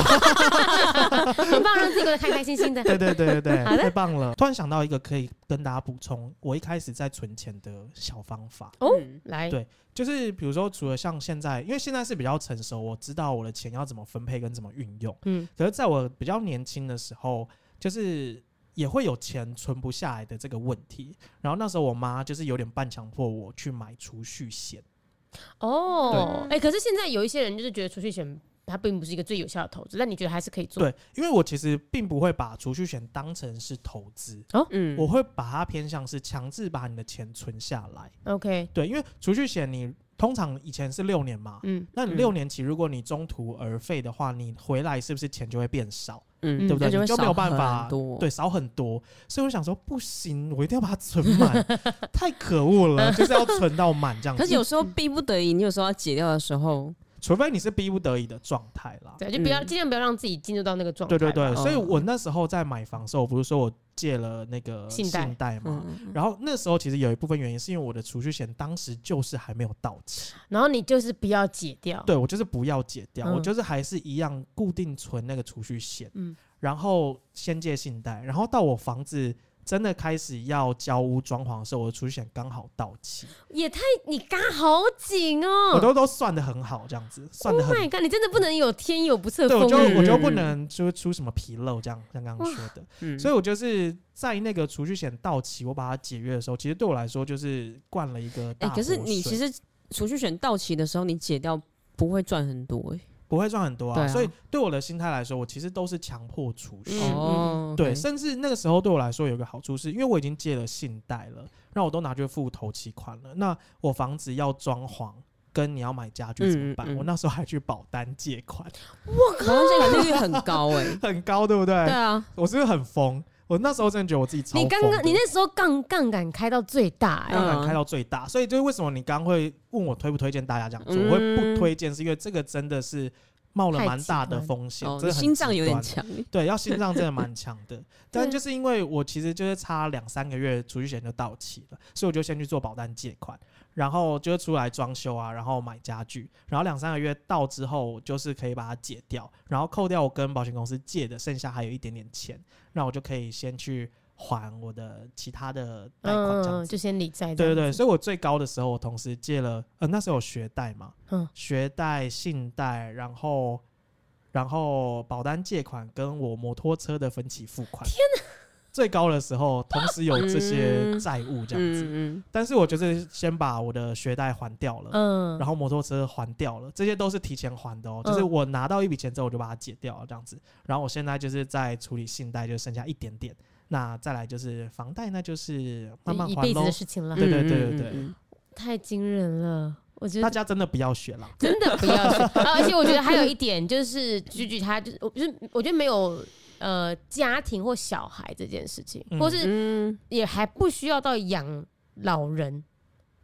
S1: 很棒，啊让自己过得开开心心的。
S3: 对对对对对，
S1: 好的
S3: 太棒了！突然想到一个可以跟大家补充，我一开始在存钱的小方法。
S1: 哦
S2: 嗯，
S1: 来，
S3: 对就是比如说，除了像现在，因为现在是比较成熟，我知道我的钱要怎么分配跟怎么运用。
S1: 嗯，
S3: 可是在我比较年轻的时候，就是也会有钱存不下来的这个问题。然后那时候我妈就是有点半强迫我去买储蓄险。
S1: 哦，哎，可是现在有一些人就是觉得储蓄险它并不是一个最有效的投资，但你觉得还是可以做？
S3: 对，因为我其实并不会把储蓄险当成是投资，
S2: 嗯
S3: 我会把它偏向是强制把你的钱存下来。
S1: ，OK，
S3: 对，因为储蓄险你通常以前是六年嘛，
S1: 嗯，
S3: 那你
S2: 嗯
S3: 六年期如果你中途而废的话，你回来是不是钱就会变少？
S2: 嗯
S1: 对不
S3: 对
S2: 那
S3: 你就
S2: 会
S3: 没有
S2: 少
S3: 办法
S2: 很多，
S3: 对，少很多。所以我想说，不行，我一定要把它存满，太可恶了，就是要存到满这样
S2: 可是
S3: 子。嗯
S2: 有时候逼不得已，你有时候要解掉的时候，
S3: 除非你是逼不得已的状态啦。
S1: 对，就不要
S2: 嗯
S1: 尽量不要让自己进入到那个状态
S3: 对
S1: 吧。
S3: 对对，所以
S2: 嗯
S3: 我那时候在买房的时候，我不是说我借了那个
S1: 信贷
S3: 信贷嘛？
S2: 嗯，
S3: 然后那时候其实有一部分原因是因为我的储蓄险当时就是还没有到期，
S1: 然后你就是不要解掉。
S3: 对我就是不要解掉，我
S1: 嗯
S3: 就是还是一样固定存那个储蓄险，
S1: 嗯
S3: 然后先借信贷，然后到我房子真的开始要交屋装潢的时候，我的储蓄险刚好到期，
S1: 也太你嘎好紧
S3: 我
S1: 哦。
S3: 都都算的很好，这样子算的
S1: Oh
S3: 很。
S1: my god！你真的不能有天有不测
S3: 对，我
S1: 风
S3: 就
S1: 云。
S3: 我就
S2: 嗯
S3: 不能就出什么纰漏，这样像刚刚说的，
S2: 嗯
S3: 所以我就是在那个储蓄险到期，我把它解约的时候，其实对我来说就是灌了一个
S2: 哎、
S3: 大活
S2: 可
S3: 水。
S2: 是你其实储蓄险到期的时候，你解掉不会赚很多哎、
S3: 不会赚很多啊，
S2: 对啊
S3: 所以对我的心态来说，我其实都是强迫储蓄。
S1: 嗯哦
S3: 对，甚至那个时候对我来说有一个好处是，因为我已经借了信贷了，那我都拿去付头期款了。那我房子要装潢，跟你要买家具怎么
S2: 嗯
S3: 办？
S2: 嗯
S3: 我那时候还去保单借款，
S2: 好像这个利率很高哎、
S3: 很高，对不对？
S2: 对啊，
S3: 我是不是很疯？我那时候真的觉得我自己超
S1: 你刚
S3: 疯
S1: 刚
S3: 的
S1: 你那时候杠杠杆开到最大哎、
S3: 杠杆
S2: 嗯
S3: 开到最大，所以就是为什么你刚刚会问我推不推荐大家这样做，
S2: 嗯
S3: 我会不推荐，是因为这个真的是冒了
S1: 太
S3: 蛮
S1: 极
S3: 大的
S1: 端
S3: 风险，
S2: 哦，
S3: 真
S2: 你
S3: 的很
S2: 心脏有点
S3: 极端
S2: 强、欸，
S3: 对，要心脏真的蛮强 的。但
S1: 对
S3: 就是因为我其实就是差两三个月储蓄险就到期了，所以我就先去做保单借款，然后就是出来装修啊，然后买家具，然后两三个月到之后，就是可以把它解掉，然后扣掉我跟保险公司借的，剩下还有一点点钱，那我就可以先去还我的其他的贷款这样
S1: 嗯，
S3: 子。
S1: 就先理债。
S3: 对对对，，所以我最高的时候，我同时借了，呃，那时候有学贷嘛，
S1: 嗯
S3: 学贷、信贷，然后然后保单借款跟我摩托车的分期付款。天最高的时候，同时有这些
S2: 嗯
S3: 债务这样子，
S2: 嗯嗯，
S3: 但是我就是先把我的学贷还掉了，
S1: 嗯，
S3: 然
S1: 后
S3: 后摩托车还掉了，这些都是提前还的哦，就是
S1: 嗯
S3: 我拿到一笔钱之后我就把它解掉了这样子，然后我现在就是在处理信贷，就剩下一点点，那再来就是房贷，那就是慢慢
S1: 一
S3: 还
S1: 辈子
S3: 喽
S1: 的。事情了，
S3: 对对对对对
S2: 嗯嗯嗯
S1: 太惊人了。我觉
S3: 大
S1: 得
S3: 家真的不要学啦，
S1: 真的不要 去、啊而且我觉得还有一点就是，居居他就是，我就是我觉得没有呃家庭或小孩这件事情，
S3: 嗯
S1: 或是
S2: 嗯
S1: 也还不需要到养老人，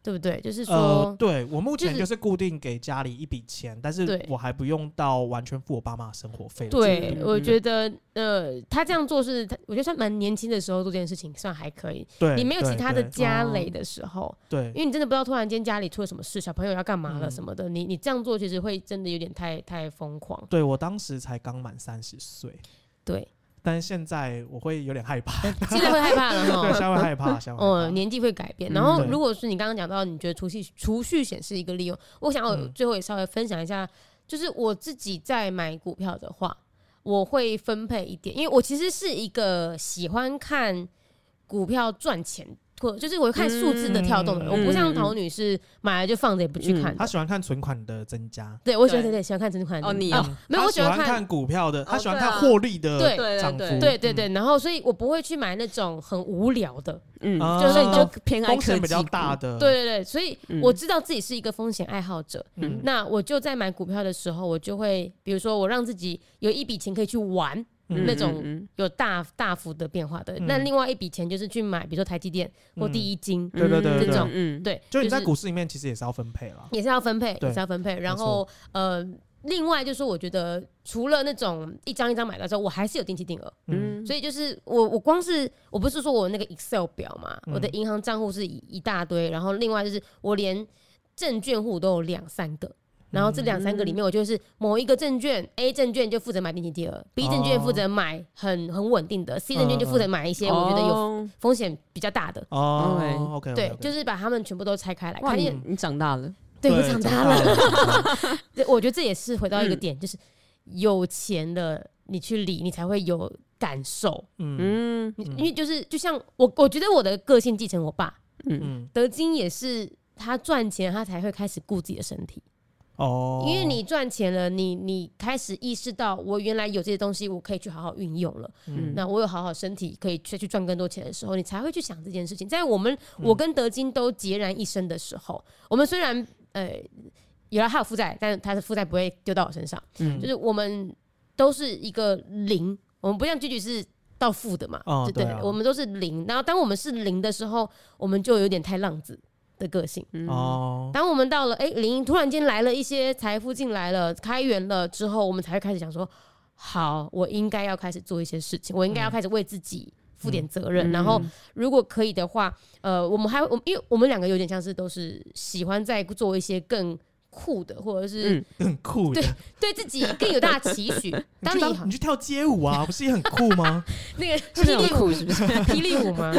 S1: 对不对？就是说，
S3: 呃，对我目前
S1: 就是
S3: 就是固定给家里一笔钱，但是
S1: 对
S3: 我还不用到完全付我爸妈的生活费。
S1: 对
S2: 嗯，
S1: 我觉得呃，他这样做是，他我觉得算蛮年轻的时候做这件事情，算还可以。
S3: 对，
S1: 你没有
S3: 对
S1: 其他的
S3: 对
S1: 家
S2: 哦
S1: 累的时候，
S3: 对
S1: 因为你真的不知道突然间家里出了什么事，小朋友要干嘛了
S3: 嗯
S1: 什么的，你你这样做其实会真的有点太太疯狂。
S3: 对我当时才刚满三十岁，
S1: 对，
S3: 但是现在我会有点害怕，
S1: 现在会害怕 了
S3: 对，
S1: 哈。
S3: 现在会害怕，现在会
S1: 哦，
S3: 害怕。
S1: 年纪会改变。
S2: 嗯
S1: 然后，
S3: 对
S1: 如果是你刚刚讲到，你觉得储蓄储蓄险是一个利用，我想我
S3: 嗯
S1: 最后也稍微分享一下，就是我自己在买股票的话，我会分配一点，因为我其实是一个喜欢看股票赚钱，或就是我会看数字的跳动的
S3: 嗯
S1: 人，我不像
S2: 嗯
S1: 陶女士买来就放着也不去看的
S3: 他喜欢看存款的增加，
S1: 对，我喜欢
S2: 对
S1: 对对喜欢看存款
S2: 哦你
S1: 啊
S3: 嗯
S1: 没有
S3: 他
S1: 我
S3: 喜
S1: 喜欢
S3: 欢
S1: 看
S3: 看股票的，他
S2: 哦
S3: 喜欢
S2: 对
S3: 看
S2: 啊
S3: 获利的
S1: 对
S2: 对
S3: 涨
S2: 对
S3: 幅，
S1: 对对对，然后所以我不会去买那种很无聊的，
S2: 嗯
S3: 啊
S1: 就是你就
S2: 都偏
S3: 嗯，
S2: 爱
S3: 风
S2: 科技
S3: 险比较
S2: 股
S3: 大，的，
S1: 对，对对，所以
S2: 嗯
S1: 我知道自己是一个风险爱好者，
S3: 嗯，
S1: 那我就在买股票的时候，我就会比如说我让自己有一笔钱可以去玩，
S2: 嗯
S1: 那种
S2: 嗯嗯
S1: 有大大幅的变化的，
S3: 嗯
S1: 那另外一笔钱就是去买，比如说台积电或
S3: 嗯
S1: 第一金，
S3: 对对对
S1: 对这种
S2: 嗯，
S1: 对，
S3: 就你在
S1: 是
S3: 股市里面其实也是要分配啦，
S1: 也是要分配，
S3: 对
S1: 也是要分配。然后呃，另外就是我觉得除了那种一张一张买的时候，我还是有定期定额，
S3: 嗯，
S1: 所以就是我我光是我不是说我那个 Excel 表嘛，
S3: 嗯
S1: 我的银行账户是一一大堆，然后另外就是我连证券户都有两三个。然后这两三个
S2: 嗯
S1: 里面，我就是某一个证券 A 证券就负责买定期第二 b 证券负
S2: 哦
S1: 责买很很稳定的，C 证券就
S2: 嗯
S1: 负责买一些我觉得有
S2: 有
S1: 风险比较大的。
S3: 哦，OK，
S1: 对，就是是把它们全部都拆开来
S2: 哇，
S1: 看。因
S2: 你
S3: 嗯
S1: 为
S2: 你长大了，
S1: 对我长大了，
S3: 了，
S1: 对我觉得这也是回到一个
S2: 嗯
S1: 点，就是有钱的你去理，你才会有感受。
S3: 嗯
S2: 嗯
S1: 你
S3: 嗯
S1: 因为就是就像我，我觉得我的个性继承我爸，
S2: 嗯
S3: 嗯，
S1: 德金也是他赚钱，他才会开始顾自己的身体。
S3: 哦，
S1: 因为你赚钱了，你你开始意识到，我原来有这些东西，我可以去好好运用了。
S3: 嗯，
S1: 那我有好好身体，可以再去赚更多钱的时候，你才会去想这件事情。在我们
S3: 嗯
S1: 我跟德金都孑然一身的时候，我们虽然呃有了他有负债，但是他的负债不会丢到我身上，
S3: 嗯
S1: 就是我们都是一个零，我们不像居居是到负的嘛，
S3: 哦
S1: 就对
S3: 对啊
S1: 我们都是零。然后当我们是零的时候，我们就有点太浪子的个性。
S2: 嗯，
S3: 哦，
S1: 当我们到了哎零，突然间来了一些财富进来了，开源了之后，我们才会开始想说，好，我应该要开始做一些事情，我应该要开始为自己负点责任。
S2: 嗯
S1: 然后，如果可以的话，呃，我们还我们因为我们两个有点像是都是喜欢在做一些更酷的，或者是
S2: 嗯
S3: 很酷的，
S1: 对自己更有大的期 许。
S3: 你
S1: 当
S3: 去
S1: 你
S3: 当你去跳街舞 啊，不是也很酷吗？
S1: 那 个
S2: 是
S1: 霹
S2: 很
S1: 雳舞
S2: 酷，是不是？
S1: 霹雳舞吗？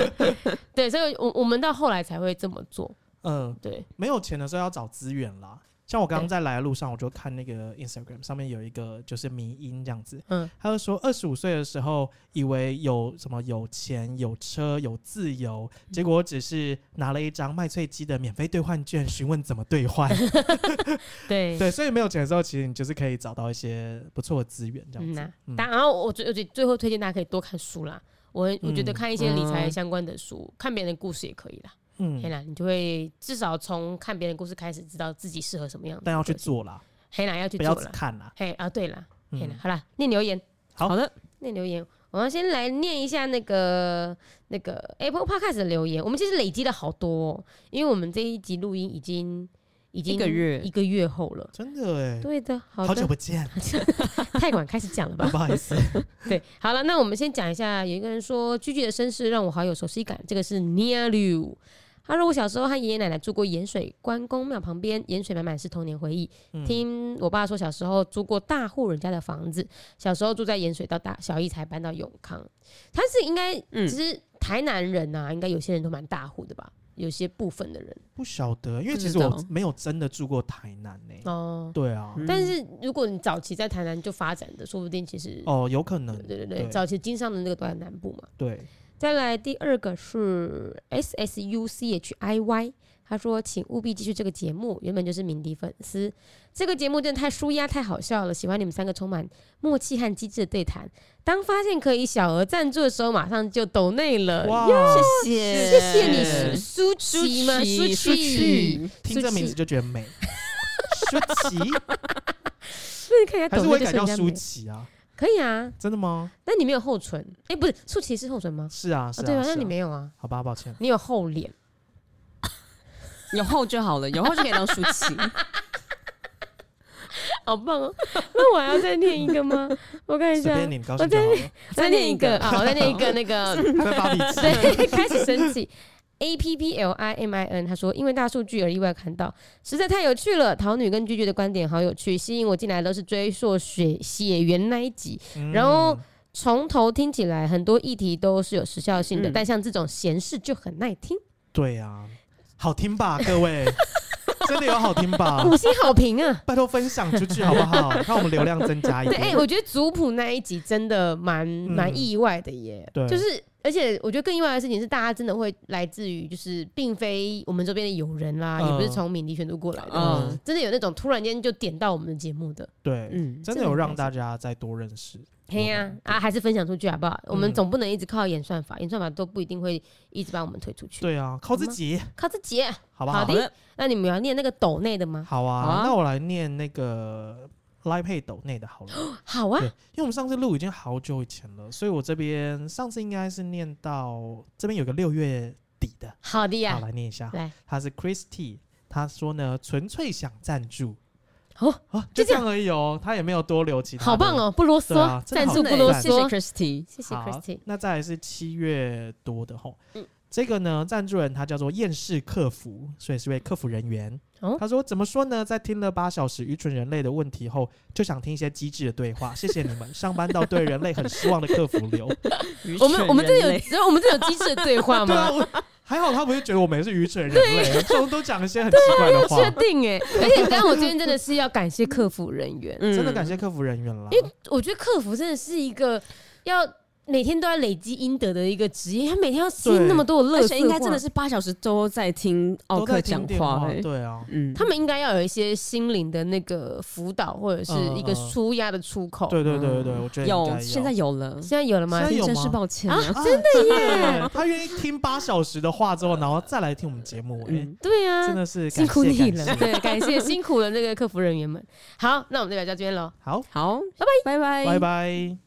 S1: 对，所以我我们到后来才会这么做。
S3: 嗯，
S1: 对，
S3: 没有钱的时候要找资源啦。像我刚刚在来的路上，我就看那个 Instagram 上面有一个就是迷音这样子，
S1: 嗯，
S3: 他就说二十五岁的时候以为有什么有钱、有车、有自由，
S1: 嗯
S3: 结果只是拿了一张麦翠基的免费兑换券，询问怎么兑换。
S1: 对，
S3: 对，所以没有钱的时候，其实你就是可以找到一些不错的资源这样
S1: 嗯
S3: 子。
S1: 呐、
S3: 嗯
S1: 当然后我最我觉得最后推荐大家可以多看书啦。我我觉得
S3: 嗯
S1: 看一些理财
S2: 嗯
S1: 相关的书，看别人的故事也可以啦。黑
S3: 嗯，
S1: 啦，你就会至少从看别人的故事开始，知道自己适合什么样的。
S3: 但要去。做啦，
S1: 黑啦，要去
S3: 不
S1: 做
S3: 要只
S1: 啦。
S3: 看啦。
S1: 嘿啊，对啦，黑啦
S3: 嗯，，
S1: 好啦，念留言，
S3: 好
S2: 好的，
S1: 念留言。我要先来念一下那个那个 Apple Podcast 的留言。我们其实累积了好多、哦，因为我们这一集录音已经已经
S2: 一个月
S1: 一个月后了。
S3: 真的哎、
S1: 对的，好
S3: 好久
S1: 的，
S3: 不 见，
S1: 太晚开始讲了吧？
S3: 不好 意思。
S1: 对，好了，那我们先讲一下，有一个人说居居的身世让我好有熟悉感，这个是 Nia Liu。他说我小时候和爷爷奶奶住过盐水关公庙旁边，盐水满满是童年回忆。
S3: 嗯
S1: 听我爸说，小时候住过大户人家的房子，小时候住在盐水，到大小一才搬到永康。他是应该，
S2: 嗯
S1: 其实台南人呐、应该有些人都蛮大户的吧，有些部分的人
S3: 不晓得，因为
S2: 不
S3: 其
S2: 知
S3: 实我
S2: 道
S3: 没有真的住过台南呢、
S1: 哦。
S3: 对啊，
S2: 嗯
S1: 但是如果你早期在台南就发展的，说不定其实，
S3: 哦，有可能，
S1: 对对对，
S3: 对
S1: 早期经商的那个都在南部嘛。
S3: 对，
S1: 再来第二个是 S S U C H I Y，他说：“请务必继续这个节目，原本就是敏迪粉丝，这个节目真的太舒压、太好笑了，喜欢你们三个充满默契和机智的对谈。当发现可以小额赞助的时候，马上就抖内了。
S3: 哇，
S2: 谢
S1: 谢
S2: 谢
S1: 谢你，舒舒淇吗？
S2: 舒淇
S1: 舒淇，
S3: 听这名字就觉得美。 舒淇，
S1: 那你看一下
S3: 还
S1: 抖
S3: 是我
S1: 内
S3: 也改
S1: 就是人
S3: 叫
S1: 家
S3: 舒
S1: 美
S3: 淇啊？
S1: 可以啊。
S3: 真的吗？
S1: 那你没有厚唇？哎、不是，舒淇是厚唇吗？
S3: 是啊，是啊，
S1: 啊，对啊，
S3: 是
S1: 那你没有啊，
S3: 好吧，抱 歉。
S1: 你有厚脸。
S2: 有后就好了，有后就可以当舒 淇。
S1: 好棒哦！ 那我还要再念一个吗？我看一
S3: 随
S1: 下，
S3: 便你们高兴就 好了，
S1: 再念一个啊，我再念一个那个
S3: 在发脾气。
S1: 对，开始生气。A P P L I M I N，他说因为大数据而意外看到，实在太有趣了。桃女跟居居的观点好有趣，吸引我进来的是追溯血血缘那一集，
S3: 嗯
S1: 然后从头听起来很多议题都是有时效性的，
S2: 嗯
S1: 但像这种闲事就很耐听。
S3: 对啊，好听吧，各 位，真的有好听吧？
S1: 五星好评啊！
S3: 拜托分享出去好不 好？让我们流量增加一
S1: 对，哎、
S3: 点。
S1: 我觉得族谱那一集真的蛮蛮意外的耶。
S3: 嗯对
S1: 就是而且我觉得更意外的事情是，大家真的会来自于就是并非我们周边的友人啦，
S3: 嗯
S1: 也不是从敏迪选读过来的，
S2: 嗯
S1: 真的有那种突然间就点到我们的节目的。
S3: 对，
S2: 嗯，
S3: 真的有让大家再多认识。
S1: 嘿呀、啊，还是分享出去好不好？我
S3: 嗯
S1: 们总不能一直靠演算法，演算法都不一定会一直把我们推出去，
S3: 对啊，靠自己，
S1: 靠自己。
S3: 好不
S1: 好
S3: 好
S1: 的？那你们要念那个抖内的吗？
S3: 好
S2: 好
S3: 啊
S2: 啊，
S3: 那我来念那个 Line Pay 斗内的好了，
S1: 好啊
S3: 对，因为我们上次录已经好久以前了，所以我这边上次应该是念到这边有个六月底的，
S1: 好的
S3: 好
S1: 呀，
S3: 来念一下，
S1: 来，
S3: 他是 Christy，他说呢纯粹想赞助，
S1: 哦
S3: 啊，就
S1: 就这
S3: 这
S1: 样
S3: 样而已哦，他也没有多留其他，
S1: 好棒。哦，不啰
S3: 对啊
S1: 嗦，
S3: 真的
S1: 赞
S3: 好
S1: 助
S2: 真
S1: 不
S2: 的
S1: 啰
S2: 耶谢谢
S1: 嗦，
S2: Christy，
S1: 谢谢
S3: 好
S1: Christy。
S3: 那再来是七月多的吼，
S1: 嗯
S3: 这个呢，赞助人他叫做厌世客服，所以是位客服人员。
S1: 哦
S3: 他说怎么说呢？在听了八小时愚蠢人类的问题后，就想听一些机智的对话。谢谢你们，上班到对人类很失望的客服流。
S1: 我们我们这
S2: 这
S1: 里有，只有我们这里有机智的对 话
S3: 对啊，
S1: 吗？
S3: 我 还好他不是觉得我们是愚蠢人类，这种都讲一些很奇怪的
S1: 确
S3: 话。
S1: 定哎，而且但我今天真的是要感谢客服人员，
S2: 嗯
S3: 真的感谢客服人员啦，
S1: 我觉得客服真的是一个要每天都要累积阴德的一个职业，他每天要听
S3: 对
S1: 那么多的乐
S2: 而
S1: 色
S2: 且应该真的
S1: 话。
S2: 是八小时都在听奥
S3: 都
S2: 克
S3: 在
S2: 讲
S3: 听电话。
S2: 欸
S3: 对啊，
S2: 嗯，
S1: 他们应该要有一些心灵的那个辅导，或者是一
S3: 嗯
S1: 个
S3: 嗯
S1: 舒压的出口。
S3: 对对对对对，我觉得应该
S2: 有
S3: 要
S2: 现在有了，
S1: 现在有了吗
S3: 现？在有
S2: 真是
S3: 吗
S2: 抱歉啊。
S3: 啊真的耶，他愿意听八小时的话之后，然后再来听我们节 目，哎、
S2: 嗯，
S1: 对啊
S3: 真，的是
S1: 辛苦
S3: 感谢
S1: 你了，
S3: 感谢
S1: 对，感谢辛苦了那个客服人员们。好，那我们就聊到这边喽。
S3: 好，
S2: 好，拜拜，拜拜
S3: 拜拜。